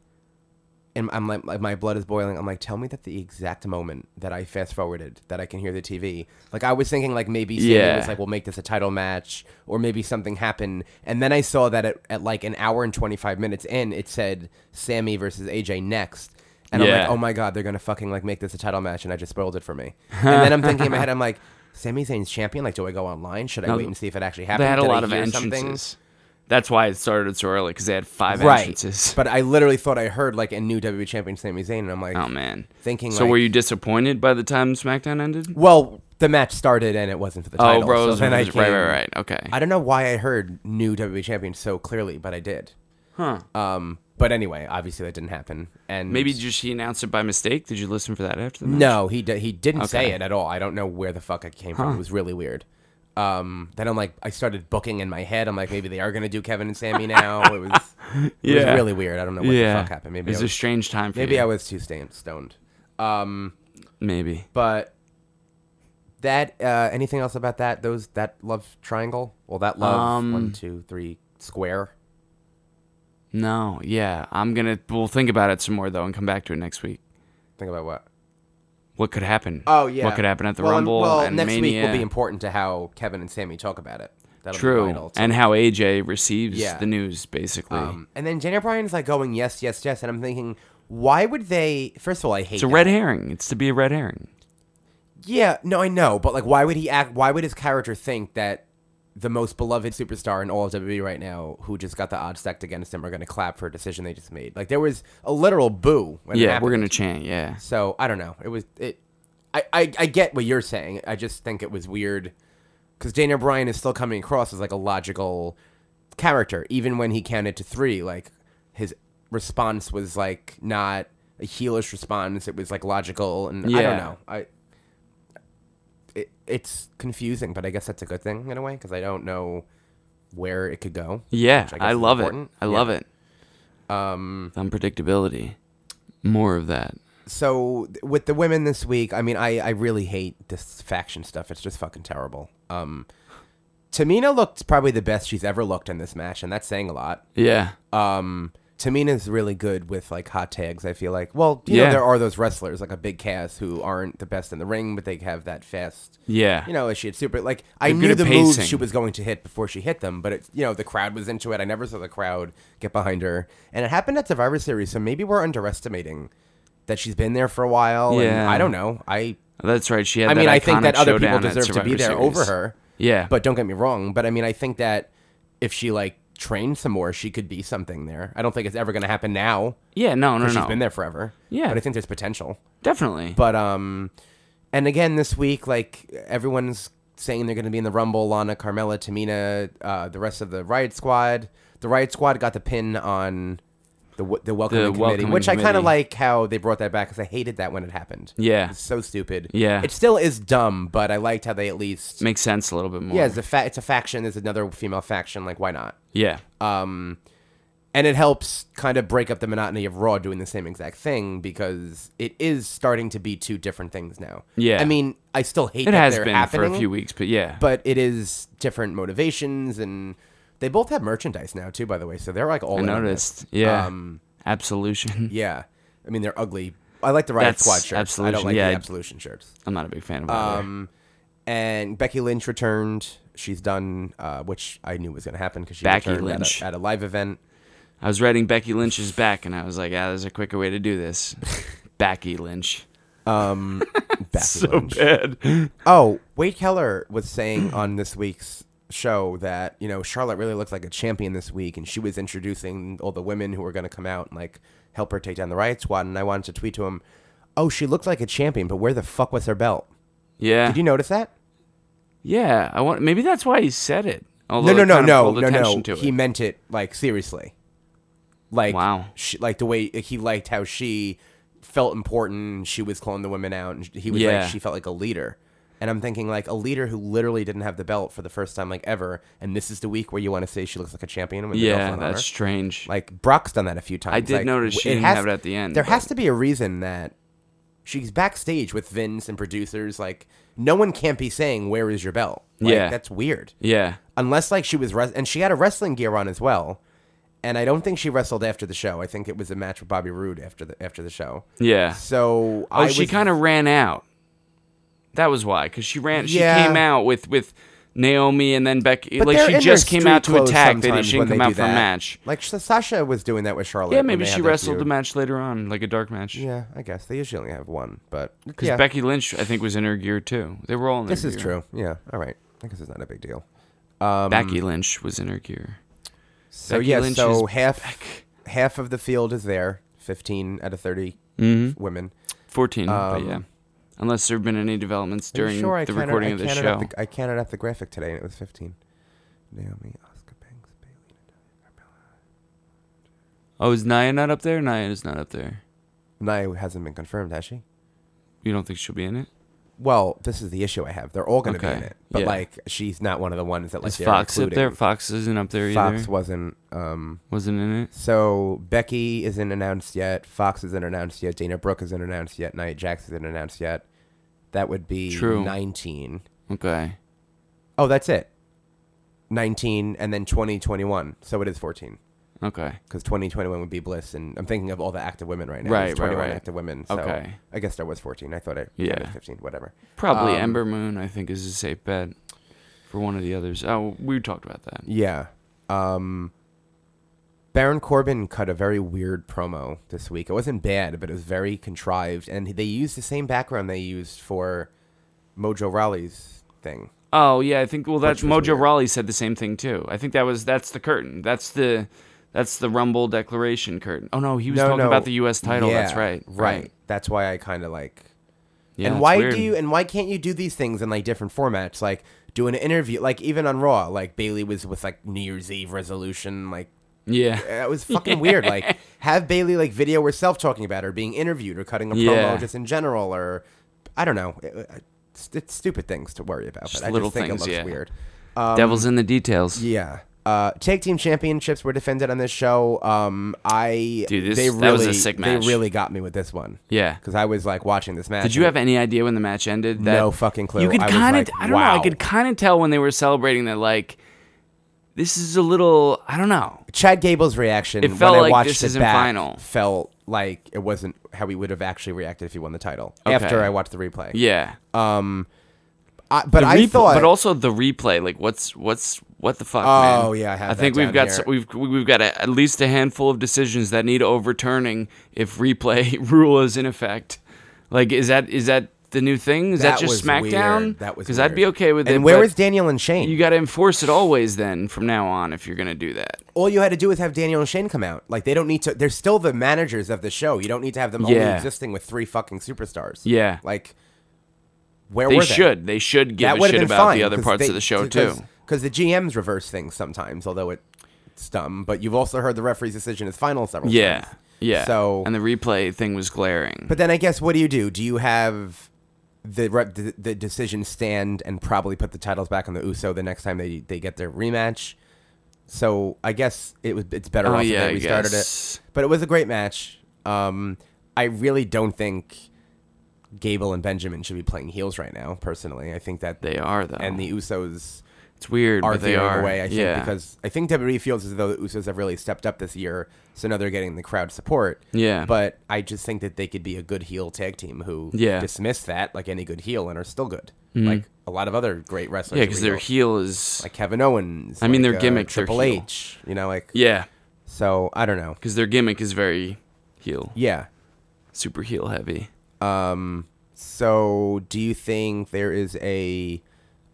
S7: And I'm like, like, my blood is boiling. I'm like, tell me that the exact moment that I fast forwarded, that I can hear the TV. Like I was thinking, like maybe Sammy
S8: Yeah.
S7: was like, we'll make this a title match, or maybe something happened. And then I saw that at, at like an hour and 25 minutes in, it said Sammy versus AJ next. And I'm
S8: Yeah.
S7: like, oh my God, they're going to fucking like make this a title match. And I just spoiled it for me. And then I'm thinking in my head, I'm like, Sami Zayn's champion? Like, do I go online? Should I
S8: No,
S7: wait and see if it actually
S8: they
S7: happened?
S8: had a
S7: Did I
S8: lot of
S7: hear something?
S8: entrances. That's why it started so early because they had five entrances.
S7: But I literally thought I heard like a new WWE champion Sami Zayn. And I'm like,
S8: oh man,
S7: Thinking
S8: So
S7: like-
S8: were you disappointed by the time SmackDown ended?
S7: Well, the match started and it wasn't for the title.
S8: oh, bro,
S7: so
S8: it was-
S7: then
S8: it
S7: I
S8: was- right,
S7: came-
S8: right, right. Okay.
S7: I don't know why I heard new WWE champion so clearly, but I did. Huh. Um, but anyway, obviously that didn't happen. And
S8: Maybe just he announced it by mistake. Did you listen for that after the match?
S7: no, he d- he didn't say
S8: Okay.
S7: it at all. I don't know where the fuck it came from. It was really weird. Um, then I'm like, I started booking in my head. I'm like, maybe they are gonna do Kevin and Sammy now. It was, it was
S8: Yeah.
S7: really weird. I don't know what
S8: yeah.
S7: the fuck happened. Maybe
S8: it was
S7: I
S8: a
S7: was,
S8: strange time for
S7: maybe
S8: you.
S7: I was too stoned. stoned. Um,
S8: maybe.
S7: but that uh anything else about that those that love triangle well that love
S8: Um,
S7: one two three square
S8: No. Yeah. I'm gonna. We'll think about it some more though, and come back to it next week.
S7: think about what
S8: What could happen?
S7: oh yeah
S8: What could happen at the
S7: well, um,
S8: Rumble
S7: well
S8: and
S7: next
S8: Mania?
S7: week will be important to how kevin and sammy talk about it That'll be
S8: True.
S7: vital to-
S8: And how AJ receives
S7: Yeah.
S8: the news, basically.
S7: um, and then Daniel Bryan's like going yes yes yes and i'm thinking why would they first of all i hate
S8: it's a
S7: that.
S8: red herring. It's to be a red herring.
S7: yeah no i know but like why would he act why would his character think that the most beloved superstar in all of WWE right now, who just got the odds stacked against him, are going to clap for a decision they just made. Like there was a literal boo. When it
S8: Yeah,
S7: happened.
S8: we're gonna chant. Yeah.
S7: So I don't know. It was it. I I, I get what you're saying. I just think it was weird because Daniel Bryan is still coming across as like a logical character, even when he counted to three. Like his response was like not a heelish response. It was like logical, and I
S8: Yeah.
S7: don't know. I it, it's confusing, but I guess that's a good thing in a way because I don't know where it could go.
S8: Yeah.
S7: which guess
S8: I,
S7: is
S8: love it.
S7: important.
S8: I
S7: Yeah.
S8: love it. Um. Unpredictability. More of that.
S7: so th- with the women this week, I mean, I, I really hate this faction stuff. It's just fucking terrible. Um, Tamina looked probably the best she's ever looked in this match, and that's saying a lot.
S8: Yeah.
S7: Um, Tamina's really good with like hot tags. I feel like, well, you know,
S8: Yeah.
S7: there are those wrestlers like a big cast who aren't the best in the ring, but they have that fast.
S8: Yeah.
S7: You know, she had super like I
S8: They're good
S7: knew
S8: at
S7: the moves
S8: pacing.
S7: she was going to hit before she hit them, but it's you know the crowd was into it. I never saw the crowd get behind her, and it happened at Survivor Series, so maybe we're underestimating that she's been there for a while. and
S8: Yeah.
S7: I don't know. I
S8: That's right. She had.
S7: I
S8: that
S7: mean, I think
S8: iconic
S7: that other people
S8: showdown at
S7: deserve to be
S8: Survivor
S7: there
S8: Series.
S7: over her.
S8: Yeah.
S7: But don't get me wrong. But I mean, I think that if she like trained some more, she could be something there. I don't think it's ever going to happen now.
S8: Yeah. No. No.
S7: 'cause
S8: No.
S7: She's been there forever.
S8: Yeah.
S7: But I think there's potential.
S8: Definitely.
S7: But um, and again this week, like everyone's saying they're going to be in the Rumble. Lana, Carmella, Tamina, uh, the rest of the Riot Squad. The Riot Squad got the pin on the w- the welcoming committee,
S8: welcoming
S7: which I kind
S8: committee.
S7: of like how they brought that back because I hated that when it happened.
S8: Yeah.
S7: it's so stupid.
S8: Yeah.
S7: it still is dumb, but I liked how they at least.
S8: Makes sense a little bit more.
S7: Yeah, it's a fa- it's a faction. There's another female faction. Like, why not?
S8: Yeah.
S7: and it helps kind of break up the monotony of Raw doing the same exact thing because it is starting to be two different things now.
S8: Yeah.
S7: I mean, I still hate
S8: it
S7: that
S8: has
S7: they're
S8: been
S7: happening,
S8: for a few weeks, but yeah.
S7: but it is different motivations, and they both have merchandise now too. By the way, so they're like all
S8: I
S7: in on
S8: noticed.
S7: this.
S8: Yeah.
S7: Um,
S8: Absolution.
S7: yeah. I mean, they're ugly. I like the Riot
S8: That's
S7: Squad shirts. I
S8: Absolution,
S7: don't like
S8: yeah.
S7: the Absolution shirts.
S8: I'm not a big fan of either.
S7: Um, and Becky Lynch returned. she's done, uh, which I knew was going to happen because she
S8: Becky
S7: returned
S8: Lynch.
S7: At, a, at a live event.
S8: I was writing Becky Lynch's back, and I was like, ah, there's a quicker way to do this. Becky Lynch.
S7: Becky Lynch.
S8: bad.
S7: Oh, Wade Keller was saying on this week's show that you know Charlotte really looked like a champion this week, and she was introducing all the women who were going to come out and like help her take down the Riot Squad. And I wanted to tweet to him, "Oh, she looked like a champion, but where the fuck was her belt?
S8: Yeah.
S7: Did you notice that?"
S8: Yeah. I want. Maybe that's why he said it. Although
S7: no,
S8: it
S7: no,
S8: kind of
S7: no,
S8: pulled
S7: no, no,
S8: attention
S7: no.
S8: to it.
S7: He meant it like seriously. Like
S8: Wow.
S7: she, like the way like, he liked how she felt important. She was calling the women out, and he was
S8: Yeah.
S7: like she felt like a leader. And I'm thinking like a leader who literally didn't have the belt for the first time like ever, and this is the week where you want to say she looks like a champion. When the belt's
S8: yeah,
S7: on
S8: that's
S7: her.
S8: strange.
S7: Like Brock's done that a few times.
S8: did
S7: Like,
S8: notice she didn't have it at the end,
S7: There
S8: but-
S7: has to be a reason that she's backstage with Vince and producers. Like no one can't be saying where is your belt. Like,
S8: Yeah.
S7: that's weird
S8: yeah.
S7: unless like she was res- and she had a wrestling gear on as well and i don't think she wrestled after the show i think it was a match with bobby Roode after the after the show
S8: Yeah.
S7: so
S8: Oh,
S7: I
S8: she
S7: was-
S8: kind of ran out. That was why, because she ran. She
S7: Yeah.
S8: came out with with Naomi, and then Becky.
S7: but
S8: like
S7: they're in
S8: she
S7: their
S8: just came out
S7: street
S8: to
S7: clothes
S8: attack. They didn't,
S7: sometimes
S8: she didn't
S7: when
S8: come
S7: they
S8: out
S7: do
S8: for a
S7: that.
S8: match.
S7: like Sa- sasha was doing that with charlotte
S8: Yeah,
S7: when
S8: maybe
S7: they
S8: she
S7: had their
S8: wrestled the
S7: feud.
S8: match later on, like a dark match.
S7: yeah i guess they usually only have one but
S8: Because
S7: yeah,
S8: Becky Lynch, I think, was in her gear too. They were all in their
S7: this is
S8: gear.
S7: true yeah all right i guess it's not a big deal Um,
S8: Becky Lynch was in her gear.
S7: so
S8: Becky
S7: yeah
S8: Lynch
S7: so
S8: is
S7: half
S8: back.
S7: half of the field is there 15 out of 30
S8: Mm-hmm.
S7: women
S8: 14, but yeah. Unless there have been any developments
S7: um, Are
S8: during
S7: you sure I
S8: the
S7: counted-
S8: recording
S7: I
S8: of the
S7: counted up
S8: show.
S7: I counted up the graphic today, and it was 15. Naomi, Oscar Banks, Bailey.
S8: Oh, is Nia not up there? Nia is not up there.
S7: Naya hasn't been confirmed, has she?
S8: You don't think she'll be in it?
S7: Well, this is the issue I have. They're all going to
S8: Okay,
S7: be in it, but
S8: yeah.
S7: like she's not one of the ones that like
S8: Is
S7: they're
S8: Fox up there?
S7: including.
S8: Fox isn't up there
S7: Fox
S8: either.
S7: wasn't. Um,
S8: Wasn't in it.
S7: so Becky isn't announced yet. Fox isn't announced yet. Dana Brooke isn't announced yet. Nia Jax isn't announced yet. That would be
S8: True.
S7: 19.
S8: Okay.
S7: Oh, that's it. 19 and then 20, 21. So it is 14.
S8: Okay.
S7: because 2021 would be bliss and i'm thinking of all the active women right now
S8: Right,
S7: There's
S8: right,
S7: 21
S8: right.
S7: active women so
S8: Okay.
S7: i guess there was 14 i thought i
S8: Yeah.
S7: yeah 15 whatever
S8: Probably
S7: Um,
S8: Ember Moon, I think, is a safe bet for one of the others. Oh, we talked about that.
S7: yeah um baron corbin cut a very weird promo this week it wasn't bad but it was very contrived and they used the same background they used for mojo raleight's thing
S8: Oh yeah, I think well that's
S7: was
S8: Mojo
S7: weird.
S8: Rawley said the same thing too. I think that was that's the curtain. That's the that's the Rumble declaration curtain. Oh no, he was
S7: no
S8: talking
S7: no
S8: about the U.S. title. that's
S7: Yeah,
S8: right.
S7: right that's why i kind of like
S8: Yeah,
S7: and
S8: it's
S7: why
S8: weird.
S7: do you and why can't you do these things in like different formats? Like do an interview, like even on Raw, like Bailey was with like New Year's Eve resolution, like
S8: Yeah.
S7: that was fucking weird. Like have Bailey like video herself talking about her being interviewed or cutting a promo
S8: Yeah.
S7: just in general or I don't know. It- it's, it's stupid things to worry about, but I
S8: little
S7: just think
S8: things,
S7: it looks
S8: yeah.
S7: weird.
S8: Devil's in the details.
S7: um, Yeah. Uh, tag team championships were defended on this show. Um, I
S8: Dude, this-
S7: they
S8: that was
S7: really
S8: a sick match.
S7: they really got me with this one.
S8: Yeah.
S7: because I was like watching this match.
S8: Did you
S7: and-
S8: have any idea when the match ended? That
S7: No fucking clue.
S8: You could
S7: I was
S8: kind of,
S7: like,
S8: I don't know. I
S7: wow.
S8: could kind of tell when they were celebrating that, like, this is a little, I don't know.
S7: Chad Gable's reaction
S8: It felt
S7: when I
S8: like
S7: watched
S8: this
S7: it
S8: isn't
S7: back
S8: final.
S7: felt like it wasn't how he would have actually reacted if he won the title
S8: Okay.
S7: after I watched the replay.
S8: Yeah,
S7: I, but
S8: The
S7: I
S8: replay-
S7: thought,
S8: but also the replay. Like, what's what's what the fuck?
S7: Oh,
S8: man?
S7: yeah, I have
S8: I
S7: that
S8: think we've
S7: down
S8: got
S7: here.
S8: so- we've we've got a, at least a handful of decisions that need overturning if replay rule is in effect. Like, is that is that the new thing? Is that,
S7: That
S8: just
S7: was weird.
S8: SmackDown?
S7: That was
S8: because I'd be
S7: weird.
S8: okay with it.
S7: and where
S8: but
S7: is Daniel and Shane?
S8: You got to enforce it always then from now on if you're gonna do that.
S7: All you had to do was have Daniel and Shane come out. Like they don't need to. They're still the managers of the show. You don't need to have them only
S8: Yeah.
S7: existing with three fucking superstars.
S8: Yeah.
S7: like where
S8: They
S7: were
S8: should. They should give
S7: That
S8: a
S7: would
S8: shit
S7: have been
S8: about
S7: fine.
S8: the other parts of the show too.
S7: Because the GMs reverse things sometimes, although it, it's dumb. But you've also heard the referee's decision is final several
S8: Yeah,
S7: times.
S8: yeah.
S7: So
S8: and the replay thing was glaring.
S7: But then I guess what do you do? Do you have the re- the, the decision stand and probably put the titles back on the Uso the next time they, they get their rematch? So I guess it was it's better
S8: Oh,
S7: off
S8: yeah,
S7: that
S8: I
S7: they restarted
S8: guess.
S7: it. But it was a great match. Um, I really don't think Gable and Benjamin should be playing heels right now. Personally, I think that
S8: they are though.
S7: and the Usos
S8: It's weird,
S7: are
S8: but they
S7: veering
S8: are.
S7: away. I think
S8: yeah.
S7: because I think WWE feels as though the Usos have really stepped up this year, so now they're getting the crowd support.
S8: Yeah.
S7: but I just think that they could be a good heel tag team who
S8: Yeah. Mm-hmm.
S7: dismiss that like any good heel and are still good, like a lot of other great wrestlers.
S8: yeah,
S7: who
S8: because
S7: are
S8: their
S7: heel.
S8: heel is
S7: like Kevin Owens.
S8: I mean,
S7: like, uh,
S8: their gimmick, their
S7: Triple
S8: heel.
S7: H. You know, like
S8: yeah,
S7: so I don't know.
S8: because their gimmick is very heel,
S7: Yeah.
S8: super heel heavy.
S7: So do you think there is a?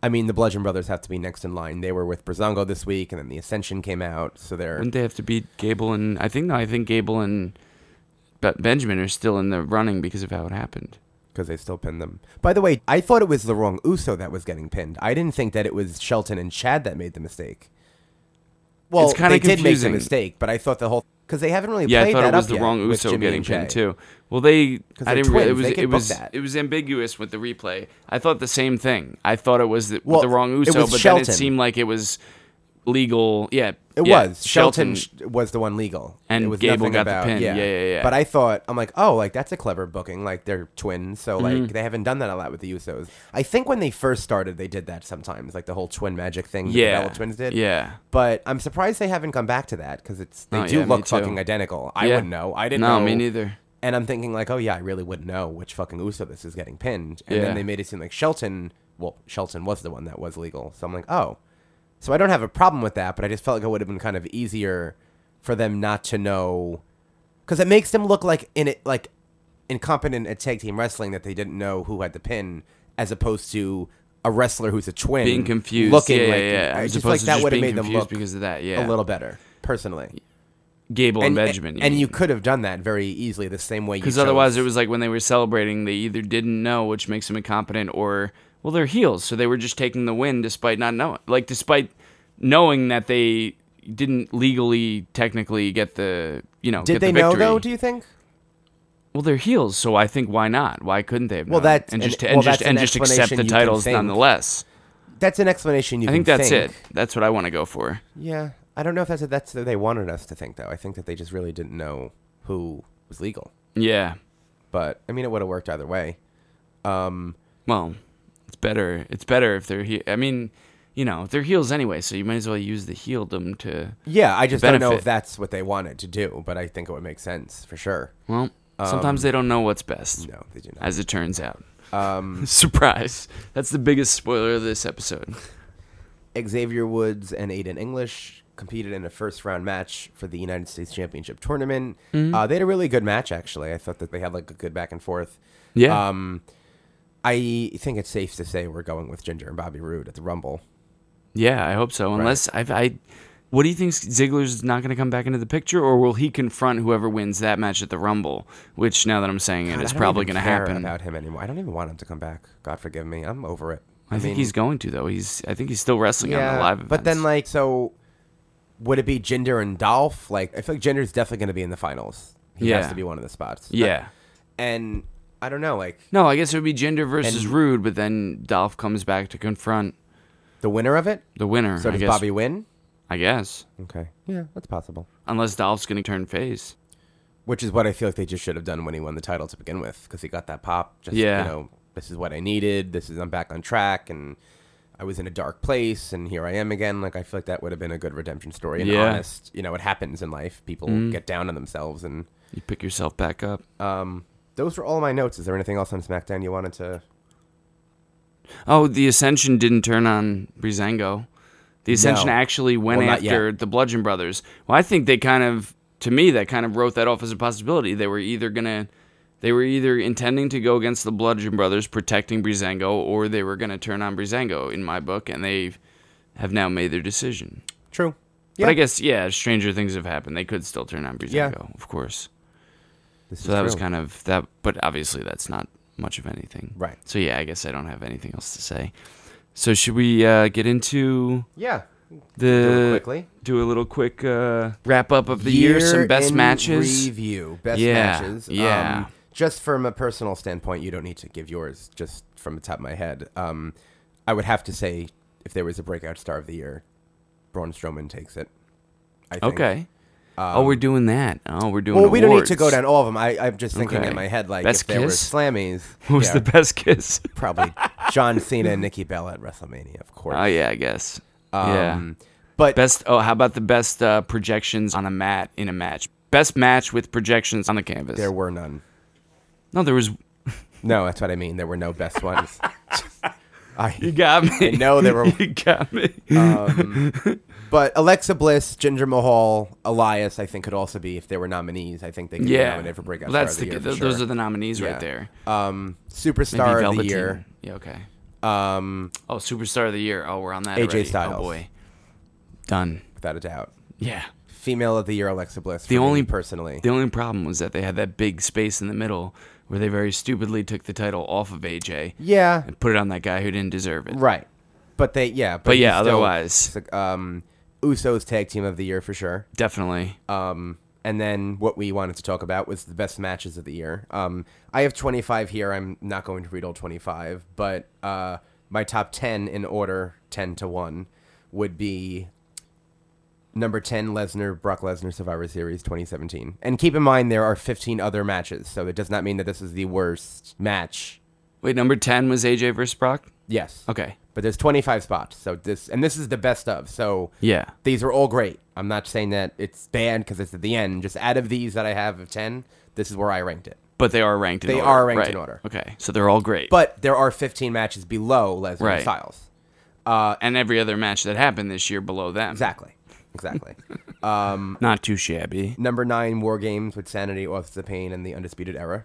S7: I mean, the Bludgeon Brothers have to be next in line. They were with Brazongo this week, and then the Ascension came out, so they're
S8: Wouldn't they have to beat Gable and I think no, I think Gable and but Benjamin are still in the running because of how it happened.
S7: because they still pinned them. By the way, I thought it was the wrong Uso that was getting pinned. I didn't think that it was Shelton and Chad that made the mistake. Well,
S8: kinda
S7: they did make the
S8: confusing.
S7: mistake, but I thought the whole because they haven't really
S8: Yeah, I
S7: played
S8: thought
S7: that
S8: it was
S7: up
S8: the
S7: yet
S8: wrong
S7: with
S8: Uso
S7: Jimmy
S8: getting
S7: and
S8: pinned
S7: Jay.
S8: too. Well, they
S7: they're
S8: I didn't really, it
S7: twins,
S8: was
S7: they can
S8: it
S7: book
S8: was
S7: that.
S8: it was ambiguous with the replay. I thought the same thing. I thought it was the, with
S7: Well,
S8: the wrong
S7: it
S8: Uso, but
S7: was
S8: then
S7: Shelton.
S8: it seemed like it was legal. Yeah,
S7: It
S8: yeah,
S7: was Shelton, sh- was the one legal,
S8: And
S7: it was
S8: Gable
S7: nothing
S8: got the
S7: about,
S8: pin. Yeah, yeah, yeah.
S7: But I thought I'm like, oh, like that's a clever booking. Like they're twins, so
S8: Mm-hmm.
S7: like they haven't done that a lot with the Usos. I think when they first started, they did that sometimes, like the whole twin magic thing. that
S8: Yeah,
S7: the Bella twins did.
S8: yeah.
S7: but I'm surprised they haven't come back to that because it's they
S8: Oh,
S7: do
S8: yeah, me
S7: look
S8: too.
S7: fucking identical. I
S8: Yeah.
S7: wouldn't know. I didn't
S8: No,
S7: know.
S8: me neither.
S7: And I'm thinking like, oh yeah, I really wouldn't know which fucking Uso this is getting pinned. And
S8: Yeah.
S7: then they made it seem like Shelton. Well, Shelton was the one that was legal. So I'm like, oh. So I don't have a problem with that, but I just felt like it would have been kind of easier for them not to know, because it makes them look like in it like incompetent at tag team wrestling that they didn't know who had the pin, as opposed to a wrestler who's a twin
S8: Being confused,
S7: looking
S8: yeah,
S7: like
S8: yeah, yeah.
S7: I
S8: As
S7: just feel
S8: opposed
S7: like
S8: to
S7: that
S8: just
S7: would have
S8: being
S7: made them
S8: confused
S7: look
S8: because of that, yeah.
S7: a little better personally.
S8: Gable and,
S7: And
S8: Benjamin.
S7: and you
S8: mean.
S7: could have done that very easily the same way you
S8: Because otherwise,
S7: chose.
S8: it was like when they were celebrating, they either didn't know, which makes them incompetent, or well, they're heels, so they were just taking the win despite not knowing, like despite knowing that they didn't legally, technically get the you know.
S7: Did
S8: get
S7: they
S8: the
S7: know
S8: victory.
S7: though? Do you think?
S8: well, they're heels, so I think why not? Why couldn't they? Have
S7: Well,
S8: known?
S7: that's
S8: and
S7: an-
S8: just
S7: well,
S8: and just
S7: that's
S8: and
S7: an
S8: just accept
S7: explanation
S8: the
S7: you can
S8: titles
S7: think.
S8: nonetheless.
S7: That's an explanation
S8: I
S7: you can
S8: think that's
S7: think.
S8: it. That's what I want to go for.
S7: Yeah, I don't know if that's what that's what they wanted us to think though. I think that they just really didn't know who was legal.
S8: Yeah.
S7: But I mean, it would have worked either way.
S8: Well, it's better. It's better if they're. He- I mean, you know, they're heels anyway, so you might as well use the heeldom to.
S7: Yeah, I just don't know
S8: benefit.
S7: if that's what they wanted to do, but I think it would make sense for sure.
S8: Well, sometimes they don't know what's best.
S7: um, No, they do not.
S8: As it turns out. Um, Surprise. That's the biggest spoiler of this episode.
S7: Xavier Woods and Aiden English competed in a first round match for the United States Championship tournament.
S8: Mm-hmm.
S7: Uh, they had a really good match, actually. I thought that they had like a good back and forth.
S8: Yeah.
S7: Um, I think it's safe to say we're going with Ginger and Bobby Roode at the Rumble.
S8: yeah, I hope so. Unless I, I. What do you think? Ziggler's not going to come back into the picture, or will he confront whoever wins that match at the Rumble? Which, now that I'm saying it,
S7: God,
S8: is
S7: I don't
S8: probably
S7: even
S8: going to
S7: care
S8: happen.
S7: About him anymore. I don't even want him to come back. God forgive me. I'm over it.
S8: I, think
S7: mean,
S8: he's going to though. He's. I think he's still wrestling on the live events.
S7: But then, like, so would it be Jinder and Dolph? Like, I feel like Jinder's definitely going to be in the finals. He
S8: Yeah.
S7: has to be one of the spots.
S8: yeah.
S7: and I don't know, like
S8: No, I guess it would be Gender versus
S7: And-
S8: Rude, but then Dolph comes back to confront
S7: the winner of it.
S8: the winner.
S7: So
S8: I
S7: does
S8: guess.
S7: Bobby win?
S8: I guess,
S7: Okay, yeah, that's possible.
S8: unless Dolph's going to turn face.
S7: Which is what I feel like they just should have done when he won the title to begin with, because he got that pop. Just
S8: Yeah.
S7: you know, this is what I needed. This is I'm back on track, and I was in a dark place, and here I am again. Like I feel like that would have been a good redemption story. And
S8: Yeah. Mm.
S7: honest, you know, it happens in life. People get down on themselves, and
S8: You pick yourself back up.
S7: Uh, those were all my notes. Is there anything else on SmackDown you wanted to?
S8: Oh, the Ascension didn't turn on Brizango. The Ascension
S7: No.
S8: actually went
S7: Well, not
S8: after the Bludgeon Brothers. Well, I think they kind of, to me, that kind of wrote that off as a possibility. They were either gonna, they were either intending to go against the Bludgeon Brothers, protecting Brizango, or they were gonna turn on Brizango in my book, and they have now made their decision.
S7: True.
S8: But I guess, yeah, stranger things have happened. They could still turn on Brizango,
S7: Yeah.
S8: of course.
S7: This
S8: So that was kind of that, but obviously that's not much of anything.
S7: Right.
S8: So yeah, I guess I don't have anything else to say. So should we uh, get into
S7: yeah.
S8: the
S7: Do it quickly.
S8: do a little quick uh, wrap up of the year, some best
S7: in
S8: matches.
S7: review best
S8: Yeah,
S7: matches
S8: yeah.
S7: um, just from a personal standpoint you don't need to give yours just from the top of my head um, i would have to say if there was a breakout star of the year Braun Strowman takes it I think.
S8: okay. oh, we're doing that. Oh, we're doing.
S7: Um, well we don't need to
S8: awards.
S7: go down all of them I, i'm just thinking
S8: Okay.
S7: in my head like
S8: Best
S7: if there
S8: kiss?
S7: were slammies
S8: Who was
S7: yeah,
S8: the best kiss?
S7: probably john cena and nikki bella at wrestlemania of course Um,
S8: oh yeah, I guess. Yeah.
S7: But
S8: Best. Oh, how about the best uh, projections on a mat in a match? Best match with projections on the canvas.
S7: there were none.
S8: no, there was.
S7: No, that's what I mean. There were no best ones.
S8: You
S7: I,
S8: got me.
S7: know there were-
S8: you got me.
S7: but Alexa Bliss, Ginger Mahal, Elias, I think could also be if they were nominees. I think they could be
S8: yeah.
S7: nominated for breakout
S8: That's
S7: star of the,
S8: the,
S7: year.
S8: th-
S7: for
S8: those
S7: sure.
S8: are the nominees
S7: Yeah.
S8: right there.
S7: um,
S8: Maybe
S7: superstar of the
S8: Velveteen.
S7: year.
S8: Yeah. Okay.
S7: Um,
S8: Oh, superstar of the year. Oh, we're on that.
S7: AJ
S8: already.
S7: Styles.
S8: Oh boy. Done.
S7: without a doubt.
S8: Yeah.
S7: Female of the year, Alexa Bliss.
S8: The
S7: for me
S8: only-
S7: personally.
S8: The only problem was that they had that big space in the middle where they very stupidly took the title off of AJ
S7: yeah.
S8: and put it on that guy who didn't deserve it.
S7: Right. But they, yeah. But,
S8: But yeah,
S7: he's still-
S8: otherwise-
S7: um, Usos tag team of the year for sure.
S8: Definitely. Uh,
S7: Um, and then what we wanted to talk about was the best matches of the year. Um, I have 25 here. I'm not going to read all 25, but uh, my top 10 in order, 10 to 1, would be number 10, Lesnar, Brock Lesnar Survivor Series 2017. And keep in mind, there are 15 other matches, so it does not mean that this is the worst match.
S8: Wait, number 10 was AJ versus Brock?
S7: Yes.
S8: Okay.
S7: But there's 25 spots, so this and this is the best of. So
S8: Yeah.
S7: these are all great. I'm not saying that it's bad because it's at the end. Just out of these that I have of 10, this is where I ranked it.
S8: But they are ranked in
S7: They
S8: order.
S7: are ranked
S8: right.
S7: in order.
S8: Okay. So they're all great.
S7: But there are 15 matches below Lesnar and
S8: Right.
S7: Styles.
S8: and every other match that happened this year below them.
S7: Exactly. Exactly.
S8: Not too shabby.
S7: number nine, War Games with Sanity, Authors of Pain, and the Undisputed Era.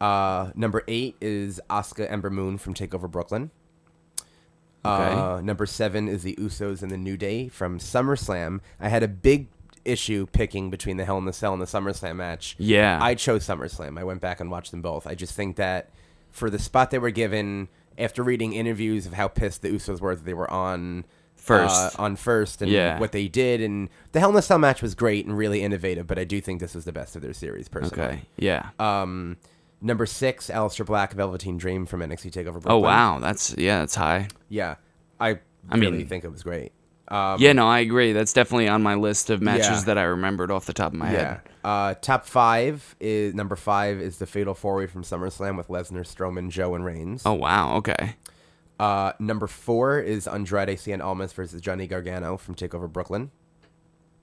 S7: Uh, number eight is Asuka Ember Moon from Takeover Brooklyn.
S8: Okay.
S7: Uh, number seven is the Usos and the New Day from SummerSlam. I had a big issue picking between the Hell in the Cell and the SummerSlam match.
S8: Yeah.
S7: I chose SummerSlam. I went back and watched them both. I just think that for the spot they were given, after reading interviews of how pissed the Usos were that they were on uh,
S8: First.
S7: on first, and
S8: Yeah.
S7: what they did, and the Hell in a Cell match was great and really innovative. But I do think this was the best of their series, personally.
S8: okay. Yeah.
S7: Um, number six, Aleister Black, Velveteen Dream from NXT Takeover. Brooklyn.
S8: oh wow, that's yeah, that's high.
S7: Yeah, I.
S8: I
S7: really
S8: mean-
S7: think it was great.
S8: yeah, no, I agree. That's definitely on my list of matches
S7: Um, Yeah.
S8: that I remembered off the top of my
S7: Yeah.
S8: head.
S7: Uh, top five is number five is the Fatal Four Way from SummerSlam with Lesnar, Strowman, Joe, and Reigns.
S8: Oh wow, okay.
S7: Uh, number four is Andrade Cien Almas versus Johnny Gargano from Takeover Brooklyn.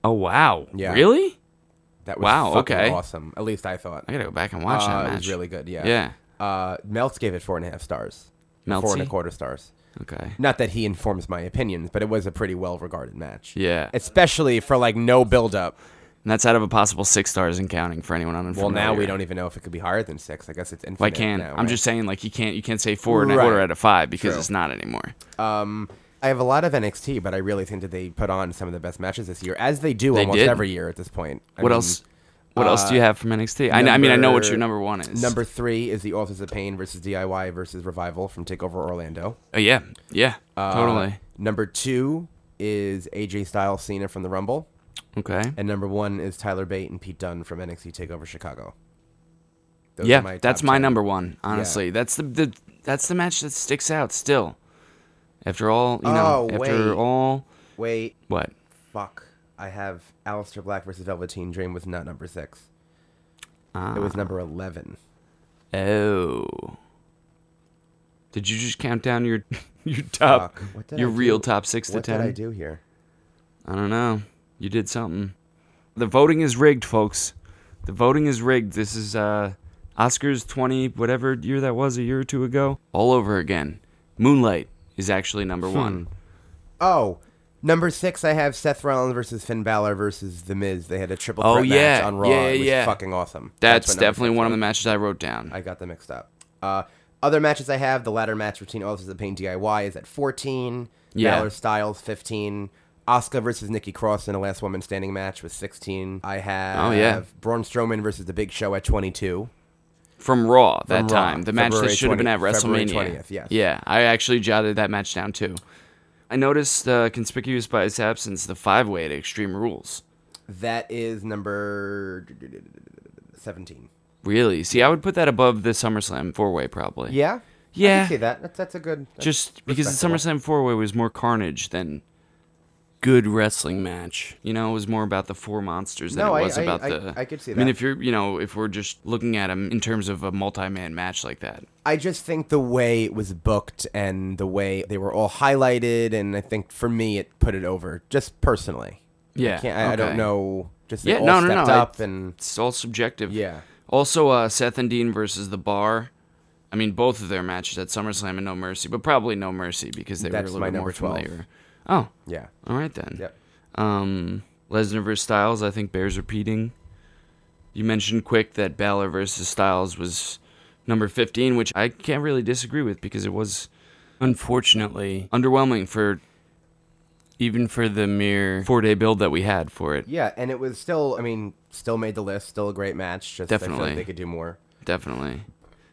S8: Oh wow.
S7: Yeah.
S8: Really?
S7: That was
S8: Wow,
S7: fucking
S8: okay.
S7: awesome. At least I thought.
S8: I gotta go back and watch
S7: Uh,
S8: that match.
S7: It was really good. Yeah.
S8: Yeah.
S7: Uh, Meltz gave it four and a half stars. Four and a
S8: Meltzy?
S7: quarter stars.
S8: Okay.
S7: Not that he informs my opinions, but it was a pretty well regarded match.
S8: Yeah.
S7: Especially for like no build up.
S8: And that's out of a possible six stars and counting for anyone unfamiliar.
S7: Well, now we don't even know if it could be higher than six. I guess it's infinite.
S8: Well, I can.
S7: now,
S8: I'm
S7: right?
S8: just saying, like you can't you can't say four and a
S7: Right.
S8: quarter out of five because
S7: True.
S8: it's not anymore.
S7: I have a lot of NXT, but I really think that they put on some of the best matches this year, as they do
S8: They
S7: almost
S8: did.
S7: every year at this point. I
S8: what
S7: mean, uh,
S8: else? What else do you have from NXT? I, kn- I mean, I know what your number one is.
S7: Number three is the Authors of Pain versus DIY versus Revival from Takeover Orlando. Uh,
S8: Oh, yeah, yeah, totally.
S7: Number two is AJ Styles Cena from the Rumble,
S8: Okay.
S7: and number one is Tyler Bate and Pete Dunne from NXT Takeover Chicago. Those
S8: yeah,
S7: are top
S8: that's my
S7: 10.
S8: number one. Honestly, that's the, the that's the match that sticks out still. After all, you know,
S7: Oh,
S8: after
S7: wait.
S8: all,
S7: Wait,
S8: what?
S7: fuck! I have Aleister Black versus Velveteen Dream was not number six. It
S8: Ah.
S7: was number eleven.
S8: Oh, did you just count down your your top
S7: Fuck. What did
S8: your
S7: I
S8: real
S7: do?
S8: top six to
S7: What
S8: ten?
S7: did I do here?
S8: I don't know. You did something. The voting is rigged, folks. The voting is rigged. This is uh Oscars 20 whatever year that was a year or two ago. All over again. Moonlight is actually number
S7: Hmm.
S8: 1.
S7: Oh, number six, I have Seth Rollins versus Finn Balor versus The Miz. They had a triple
S8: Oh,
S7: threat match
S8: yeah.
S7: on Raw.
S8: Yeah,
S7: it was
S8: yeah.
S7: fucking awesome.
S8: That's,
S7: what number
S8: definitely
S7: six
S8: one of
S7: was.
S8: the matches I wrote down.
S7: I got them mixed up. Uh, other matches I have, the ladder match between Office of Pain DIY is at 14.
S8: Yeah.
S7: Balor Styles, 15. Oscar versus Nikki Cross in a last woman standing match was 16. I have
S8: Oh, yeah.
S7: Braun Strowman versus The Big Show at 22.
S8: From Raw that
S7: Raw,
S8: time. The match
S7: February
S8: that should have been at
S7: 20 February
S8: WrestleMania.
S7: 20th, yes.
S8: Yeah, I actually jotted that match down too. I noticed uh, conspicuous by its absence the five way at Extreme Rules.
S7: That is number 17.
S8: Really? See, I would put that above the SummerSlam four way probably.
S7: Yeah? I
S8: Yeah.
S7: can see that. That's, that's a good. that's
S8: just because the
S7: respectable.
S8: SummerSlam four way was more carnage than good wrestling match. You know, it was more about the four monsters than
S7: No,
S8: it
S7: I-
S8: was
S7: I-
S8: about
S7: I-
S8: the.
S7: I could see
S8: I mean,
S7: that.
S8: if you're, you know, if we're just looking at him in terms of a multi-man match like that,
S7: I just think the way it was booked and the way they were all highlighted, and I think for me it put it over just personally.
S8: yeah,
S7: Can't, I, I
S8: okay.
S7: don't know. Just they
S8: Yeah,
S7: all
S8: no, no,
S7: stepped
S8: no, I-
S7: up and
S8: It's all subjective.
S7: Yeah.
S8: Also, uh, Seth and Dean versus the Bar. I mean, both of their matches at SummerSlam and No Mercy, but probably No Mercy because they
S7: That's
S8: were a
S7: my
S8: little bit more
S7: number 12.
S8: familiar. Oh,
S7: yeah,
S8: all right then.
S7: yep.
S8: Um, Lesnar versus Styles, I think bears repeating. You mentioned quick that Balor versus Styles was number 15, which I can't really disagree with because it was unfortunately underwhelming for even for the mere four day build that we had for it.
S7: Yeah, and it was still. I mean, still made the list. Still a great match. Just I feel
S8: Definitely.
S7: like they could do more.
S8: Definitely.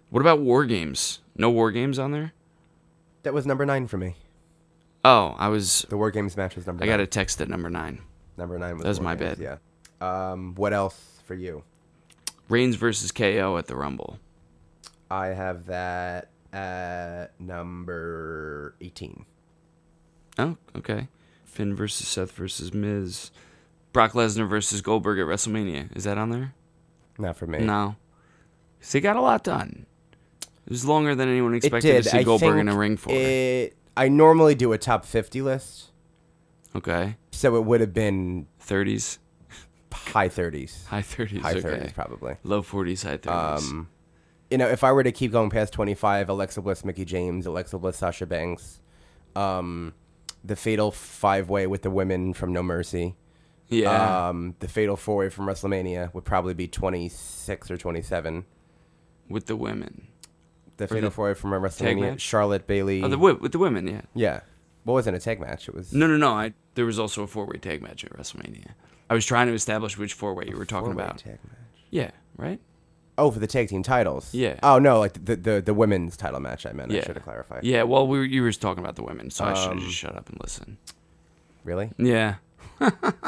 S8: What about War Games? No War Games on there?
S7: That was number nine for me.
S8: Oh, I was.
S7: The War Games match was number.
S8: I
S7: nine.
S8: got a text at number nine.
S7: Number nine was.
S8: That was
S7: War
S8: my
S7: Games,
S8: bad.
S7: Yeah. Um, what else for you?
S8: Reigns versus KO at the Rumble.
S7: I have that at number eighteen.
S8: Oh, okay. Finn versus Seth versus Miz. Brock Lesnar versus Goldberg at WrestleMania. Is that on there?
S7: Not for me.
S8: No. 'Cause they got a lot done. It was longer than anyone
S7: It
S8: expected
S7: did.
S8: to see
S7: I
S8: Goldberg in
S7: think
S8: a ring for.
S7: It, I normally do a top fifty list,
S8: okay.
S7: so it would have been
S8: 30s,
S7: high thirties,
S8: high 30s.
S7: high
S8: okay.
S7: thirties probably.
S8: Low 40s, high 30s.
S7: Um, you know, if I were to keep going past 25, Alexa Bliss, Mickey James, Alexa Bliss, Sasha Banks, um, the fatal five way with the women from No Mercy,
S8: yeah.
S7: um, the fatal four way from WrestleMania would probably be 26 or 27.
S8: with the women.
S7: The fatal
S8: the
S7: four way from WrestleMania,
S8: match?
S7: Charlotte Bailey.
S8: Oh, the, wi- with the women, yeah.
S7: yeah. Well, it wasn't a tag match. It was.
S8: No, no, no. I, there was also a four-way tag match at WrestleMania. I was trying to establish which four-way you were talking
S7: four-way
S8: about.
S7: Tag match.
S8: Yeah, right.
S7: Oh, for the tag team titles.
S8: Yeah.
S7: Oh no, like the the, the women's title match. I meant.
S8: yeah.
S7: I should have clarified.
S8: Yeah. Well, we were, you were talking about the women, so I should have
S7: Um,
S8: just shut up and listened.
S7: Really?
S8: Yeah.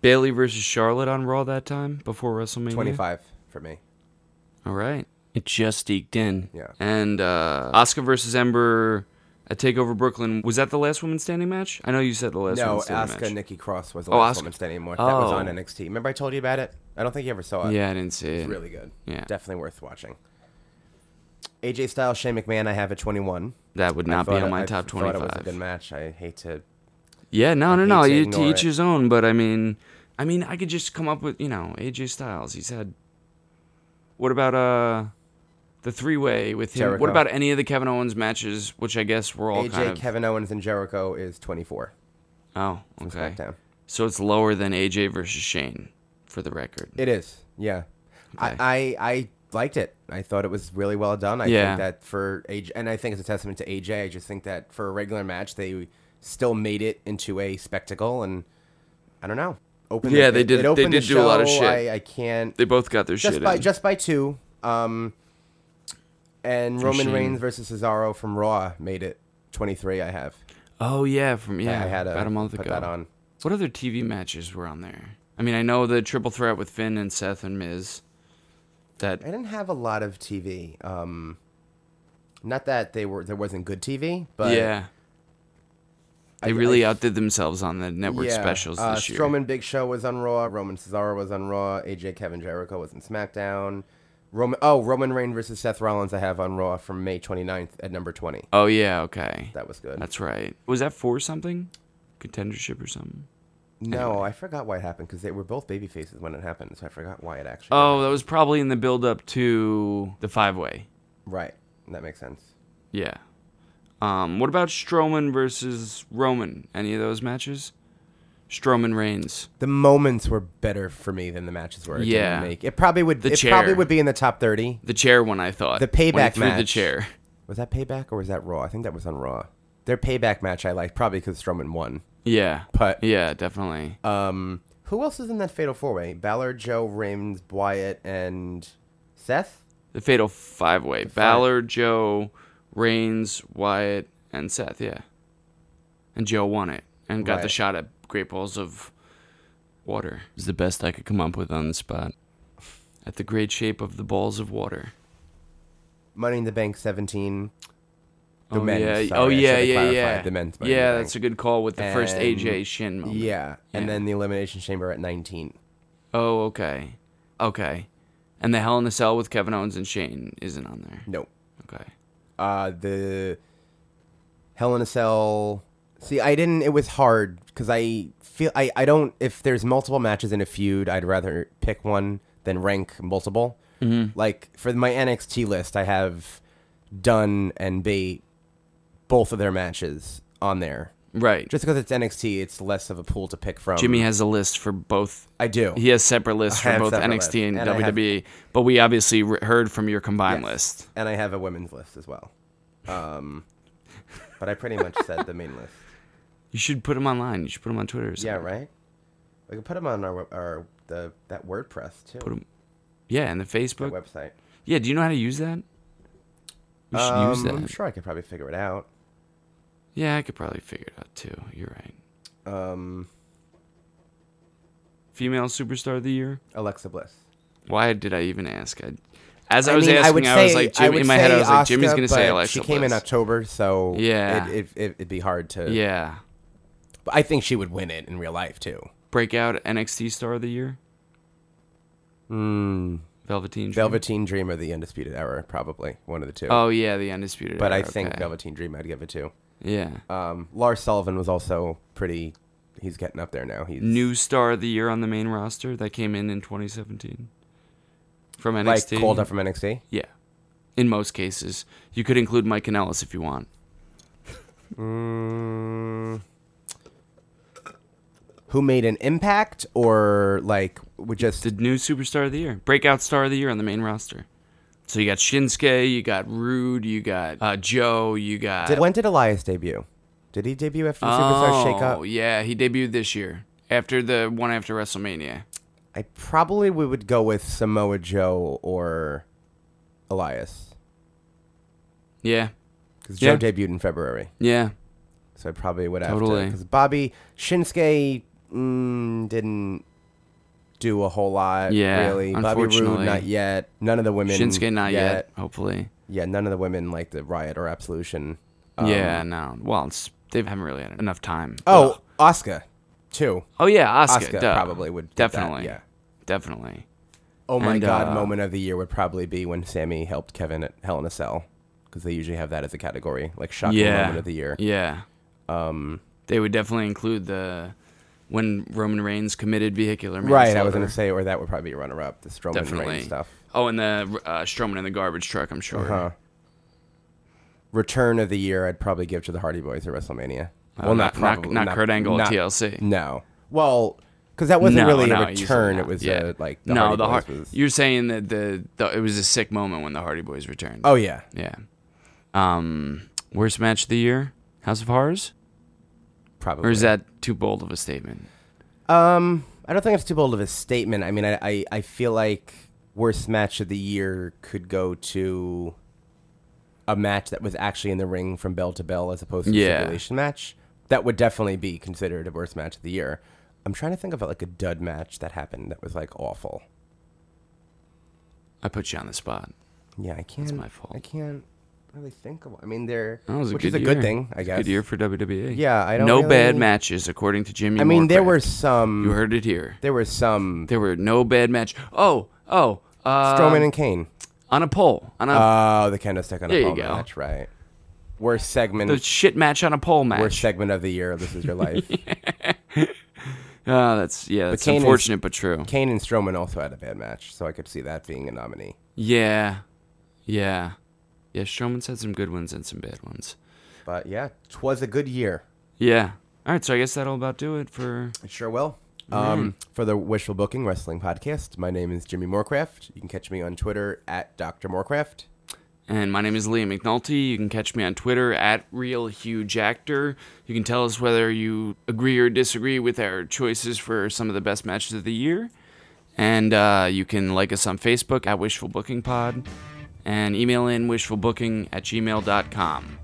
S8: Bailey versus Charlotte on Raw that time before WrestleMania.
S7: Twenty five for me.
S8: All right. It just eked in.
S7: Yeah.
S8: And uh Oscar versus Ember at Takeover Brooklyn. Was that the last woman standing match? I know you said the last
S7: No,
S8: woman standing
S7: Asuka
S8: match.
S7: Nikki Cross was the
S8: Oh,
S7: last
S8: Asuka.
S7: woman standing more. That was
S8: Oh.
S7: on NXT. Remember I told you about it? I don't think you ever saw it.
S8: Yeah, I didn't see it.
S7: It's really good.
S8: Yeah.
S7: Definitely worth watching. AJ Styles, Shane McMahon, I have at 21.
S8: That would
S7: I
S8: not be
S7: thought
S8: on
S7: it-
S8: my
S7: I
S8: top
S7: thought it was a
S8: twenty-five.
S7: good match. I hate to.
S8: Yeah, no, no, no.
S7: hate to
S8: You, to
S7: ignore
S8: each
S7: it.
S8: his own. But I mean, I mean, I could just come up with you know AJ Styles. He's had. What about uh, the three way with him?
S7: Jericho.
S8: What about any of the Kevin Owens matches? Which I guess were all
S7: AJ,
S8: kind of.
S7: Kevin Owens, and Jericho is 24.
S8: oh, okay.
S7: SmackDown.
S8: So it's lower than AJ versus Shane, for the record.
S7: It is. Yeah.
S8: Okay.
S7: I, I I liked it. I thought it was really well done. I
S8: Yeah.
S7: think that for AJ, and I think it's a testament to AJ. I just think that for a regular match, they still made it into a spectacle, and I don't know. Opened
S8: Yeah,
S7: it-
S8: they did-
S7: It opened
S8: they did
S7: the
S8: do a lot of
S7: show.
S8: shit.
S7: I, I can't.
S8: they both got their
S7: just
S8: shit
S7: by
S8: in.
S7: just by two. Um, and Roman
S8: Shane.
S7: Reigns versus Cesaro from Raw made it twenty three. I have.
S8: oh yeah, from yeah,
S7: I had a,
S8: about a month
S7: put
S8: ago.
S7: that on.
S8: What other TV matches were on there? I mean, I know the triple threat with Finn and Seth and Miz. That
S7: I didn't have a lot of TV. Um, not that they were there wasn't good TV, but
S8: yeah. They
S7: I-
S8: really
S7: I-
S8: outdid themselves on the network specials
S7: uh,
S8: this year.
S7: Strowman Big Show was on Raw. Roman Cesaro was on Raw. AJ Kevin Jericho was in SmackDown. Roman oh Roman Reigns versus Seth Rollins I have on Raw from May 29th at number 20.
S8: Oh yeah, okay.
S7: That was good.
S8: That's right. Was that for something? Contendership or something?
S7: no, I forgot why it happened because they were both baby faces when it happened, so I forgot why it actually.
S8: Oh, that was probably in the build up to the five way.
S7: right, that makes sense.
S8: Yeah. Um, what about Strowman versus Roman? Any of those matches? Strowman Reigns.
S7: The moments were better for me than the matches were. It
S8: Yeah.
S7: didn't make it probably would.
S8: The
S7: it probably
S8: chair.
S7: would be in the top 30.
S8: The chair one I thought.
S7: The
S8: When he
S7: payback
S8: threw the
S7: match.
S8: chair.
S7: Was that payback or was that Raw? I think that was on Raw. Their payback match I liked probably because Strowman won.
S8: Yeah.
S7: But-
S8: yeah, definitely.
S7: Um, who else is in that fatal four way? Balor, Joe, Rames, Wyatt, and Seth.
S8: the fatal five way. Balor, Joe, Reigns, Wyatt, and Seth, yeah. And Joe won it and got the
S7: Right.
S8: shot at Great Balls of Water. It was the best I could come up with on the spot. At the great shape of the balls of water.
S7: Money in the Bank seventeen. The
S8: oh,
S7: men's.
S8: yeah.
S7: sorry,
S8: oh
S7: I
S8: yeah,
S7: should've
S8: yeah,
S7: clarified
S8: yeah.
S7: The men's. money
S8: yeah,
S7: ring.
S8: that's a good call with the first AJ
S7: And-
S8: Shin moment.
S7: Yeah, and
S8: Yeah.
S7: then the elimination chamber at 19.
S8: Oh, okay, okay. And the Hell in the Cell with Kevin Owens and Shane isn't on there.
S7: No,
S8: Okay.
S7: uh, the Hell in a Cell. See, I didn't. It was hard because I feel I I don't. If there's multiple matches in a feud, I'd rather pick one than rank multiple. Like for my NXT list, I have Dunn and Bate, both of their matches on there.
S8: Right.
S7: Just because it's NXT, it's less of a pool to pick from.
S8: Jimmy has a list for both.
S7: I do.
S8: He has separate lists
S7: I
S8: for
S7: have
S8: both
S7: separate
S8: NXT
S7: lists,
S8: and,
S7: and I have-
S8: WWE, but we obviously re- heard from your combined
S7: Yes.
S8: list.
S7: and I have a women's list as well. Um, but I pretty much said the main list.
S8: You should put them online. You should put them on Twitter. Or something.
S7: Yeah, right. We can put them on our our the that WordPress too.
S8: Put 'em- Yeah, and the
S7: that
S8: Facebook.
S7: website.
S8: Yeah, do you know how to use that? We should use
S7: Um, I'm
S8: that.
S7: sure I could probably figure it out.
S8: Yeah, I could probably figure it out too. You're right.
S7: Um,
S8: Female superstar of the year.
S7: Alexa Bliss.
S8: Why did I even ask? I, as I, was
S7: mean,
S8: asking, I,
S7: would
S8: was
S7: say-
S8: like, Jim,
S7: would
S8: in my head, I
S7: say
S8: was like, Jimmy's
S7: Asuka,
S8: gonna say
S7: but
S8: Alexa.
S7: She came in
S8: Bliss.
S7: October, so
S8: Yeah.
S7: it, it, it, it'd be hard to.
S8: Yeah,
S7: But I think she would win it in real life too.
S8: breakout NXT star of the year. Mm. Velveteen. Dream?
S7: Hmm. Velveteen Dream or the Undisputed Era, probably one of the two.
S8: Oh yeah, the undisputed.
S7: but
S8: Era,
S7: I think
S8: okay.
S7: Velveteen Dream I'd give it to.
S8: Yeah.
S7: Um, Lars Sullivan was also pretty. He's getting up there now. He's
S8: New star of the year on the main roster that came in in 2017 from
S7: like
S8: NXT.
S7: called up from NXT.
S8: Yeah. In most cases, you could include Mike Kanellis if you want.
S7: who made an impact or like would just
S8: The new superstar of the year, breakout star of the year on the main roster. So you got Shinsuke, you got Rude, you got uh, Joe, you got
S7: did, when did Elias debut? Did he debut after the Superstar Shake Up?
S8: Oh, yeah, he debuted this year after the one after WrestleMania.
S7: I probably we would go with Samoa Joe or Elias
S8: Yeah,
S7: because
S8: Yeah.
S7: Joe debuted in February,
S8: yeah,
S7: so I probably would have
S8: Totally.
S7: because Bobby Shinsuke mm, didn't do a whole lot.
S8: Yeah,
S7: really. Bobby Roode
S8: unfortunately.
S7: not yet. None of the women.
S8: Shinsuke not yet. Hopefully,
S7: Yeah, none of the women like the Riot or Absolution. um,
S8: yeah. No, well, it's, they haven't really had enough time.
S7: Oh, Oscar, too.
S8: oh yeah, Oscar,
S7: Asuka probably would get that,
S8: definitely,
S7: yeah.
S8: definitely.
S7: Oh my
S8: And,
S7: god,
S8: uh,
S7: moment of the year would probably be when Sammy helped Kevin at Hell in a Cell because they usually have that as a category, like shocking
S8: yeah.
S7: moment of the year.
S8: Yeah. Um, they would definitely include the when Roman Reigns committed vehicular manslaughter.
S7: Right, I was gonna say, or that would probably be a runner-up, the Strowman
S8: definitely
S7: Reigns stuff. Uh-huh.
S8: Oh, and the uh, Strowman in the garbage truck. I'm sure.
S7: Huh. Return of the year, I'd probably give to the Hardy Boys at WrestleMania. well,
S8: Uh, not-
S7: not
S8: not-
S7: probably,
S8: not Kurt Angle at TLC.
S7: No, well, because that wasn't
S8: no,
S7: really
S8: no,
S7: a
S8: he's
S7: return.
S8: not.
S7: It was
S8: yeah.
S7: uh like the
S8: no,
S7: Hardy
S8: the
S7: Boys
S8: Har-
S7: was.
S8: You're saying that the, the it was a sick moment when the Hardy Boys returned.
S7: oh yeah,
S8: yeah. Um, worst match of the year, House of Horrors,
S7: probably.
S8: or is that too bold of a statement?
S7: Um, I don't think it's too bold of a statement. I mean, I, I, I feel like worst match of the year could go to a match that was actually in the ring from bell to bell as opposed to a
S8: Yeah.
S7: stipulation match. That would definitely be considered a worst match of the year. I'm trying to think of like a dud match that happened that was like awful.
S8: I put you on the spot.
S7: Yeah, I can't.
S8: my fault.
S7: I can't really think of. I mean, they're
S8: That was a
S7: which
S8: good
S7: is a
S8: year.
S7: good thing,
S8: It's
S7: I
S8: a
S7: guess.
S8: Good year for WWE.
S7: Yeah, I don't
S8: No bad
S7: really-
S8: matches, according to Jimmy.
S7: I mean, there
S8: Moorcraft.
S7: were some.
S8: You heard it here.
S7: There were some.
S8: There were no bad match. Oh, oh, uh,
S7: Strowman and Kane.
S8: on a pole, on a
S7: Oh, the candlestick on
S8: There
S7: a
S8: you
S7: pole
S8: go.
S7: match, right? Worst segment,
S8: the shit match on a pole
S7: worst
S8: match.
S7: segment of the year. This is your life.
S8: Oh, that's yeah, that's
S7: Kane is-
S8: unfortunate but true.
S7: Kane and Strowman also had a bad match, so I could see that being a nominee.
S8: Yeah, yeah, yeah. Strowman's had some good ones and some bad ones.
S7: But yeah, twas a good year.
S8: Yeah. All right, so I guess that'll about do it for.
S7: It sure will. Um,
S8: Mm.
S7: for the Wishful Booking Wrestling Podcast, my name is Jimmy Moorcraft. You can catch me on Twitter at Dr. Moorcraft.
S8: And my name is Liam McNulty. You can catch me on Twitter at Real Huge Actor. You can tell us whether you agree or disagree with our choices for some of the best matches of the year. And uh, you can like us on Facebook at Wishful Booking Pod and email in wishfulbooking at gmail.com.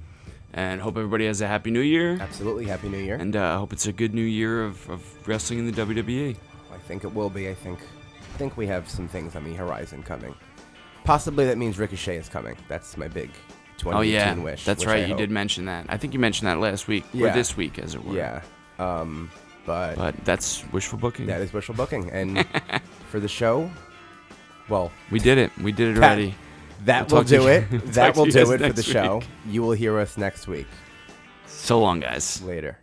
S8: And hope everybody has a happy new year.
S7: Absolutely, happy New Year.
S8: And uh, hope it's a good new year of, of wrestling in the E. WWE.
S7: I think it will be. I think, I think we have some things on the horizon coming. Possibly that means Ricochet is coming. That's my big
S8: Oh
S7: 2018
S8: yeah,
S7: wish.
S8: that's
S7: which I
S8: right. You
S7: hope.
S8: did mention that. I think you mentioned that last week or
S7: Yeah.
S8: this week, as it were.
S7: Yeah. Um, but,
S8: But that's wishful booking.
S7: that is wishful booking, and for the show, well,
S8: we did it. We did it already.
S7: that
S8: We'll
S7: will
S8: talk to
S7: do
S8: you-
S7: it.
S8: we'll talk
S7: that
S8: to
S7: will
S8: you
S7: do
S8: guys
S7: it for the
S8: next
S7: show.
S8: week.
S7: You will hear us next week.
S8: So long, guys.
S7: Later.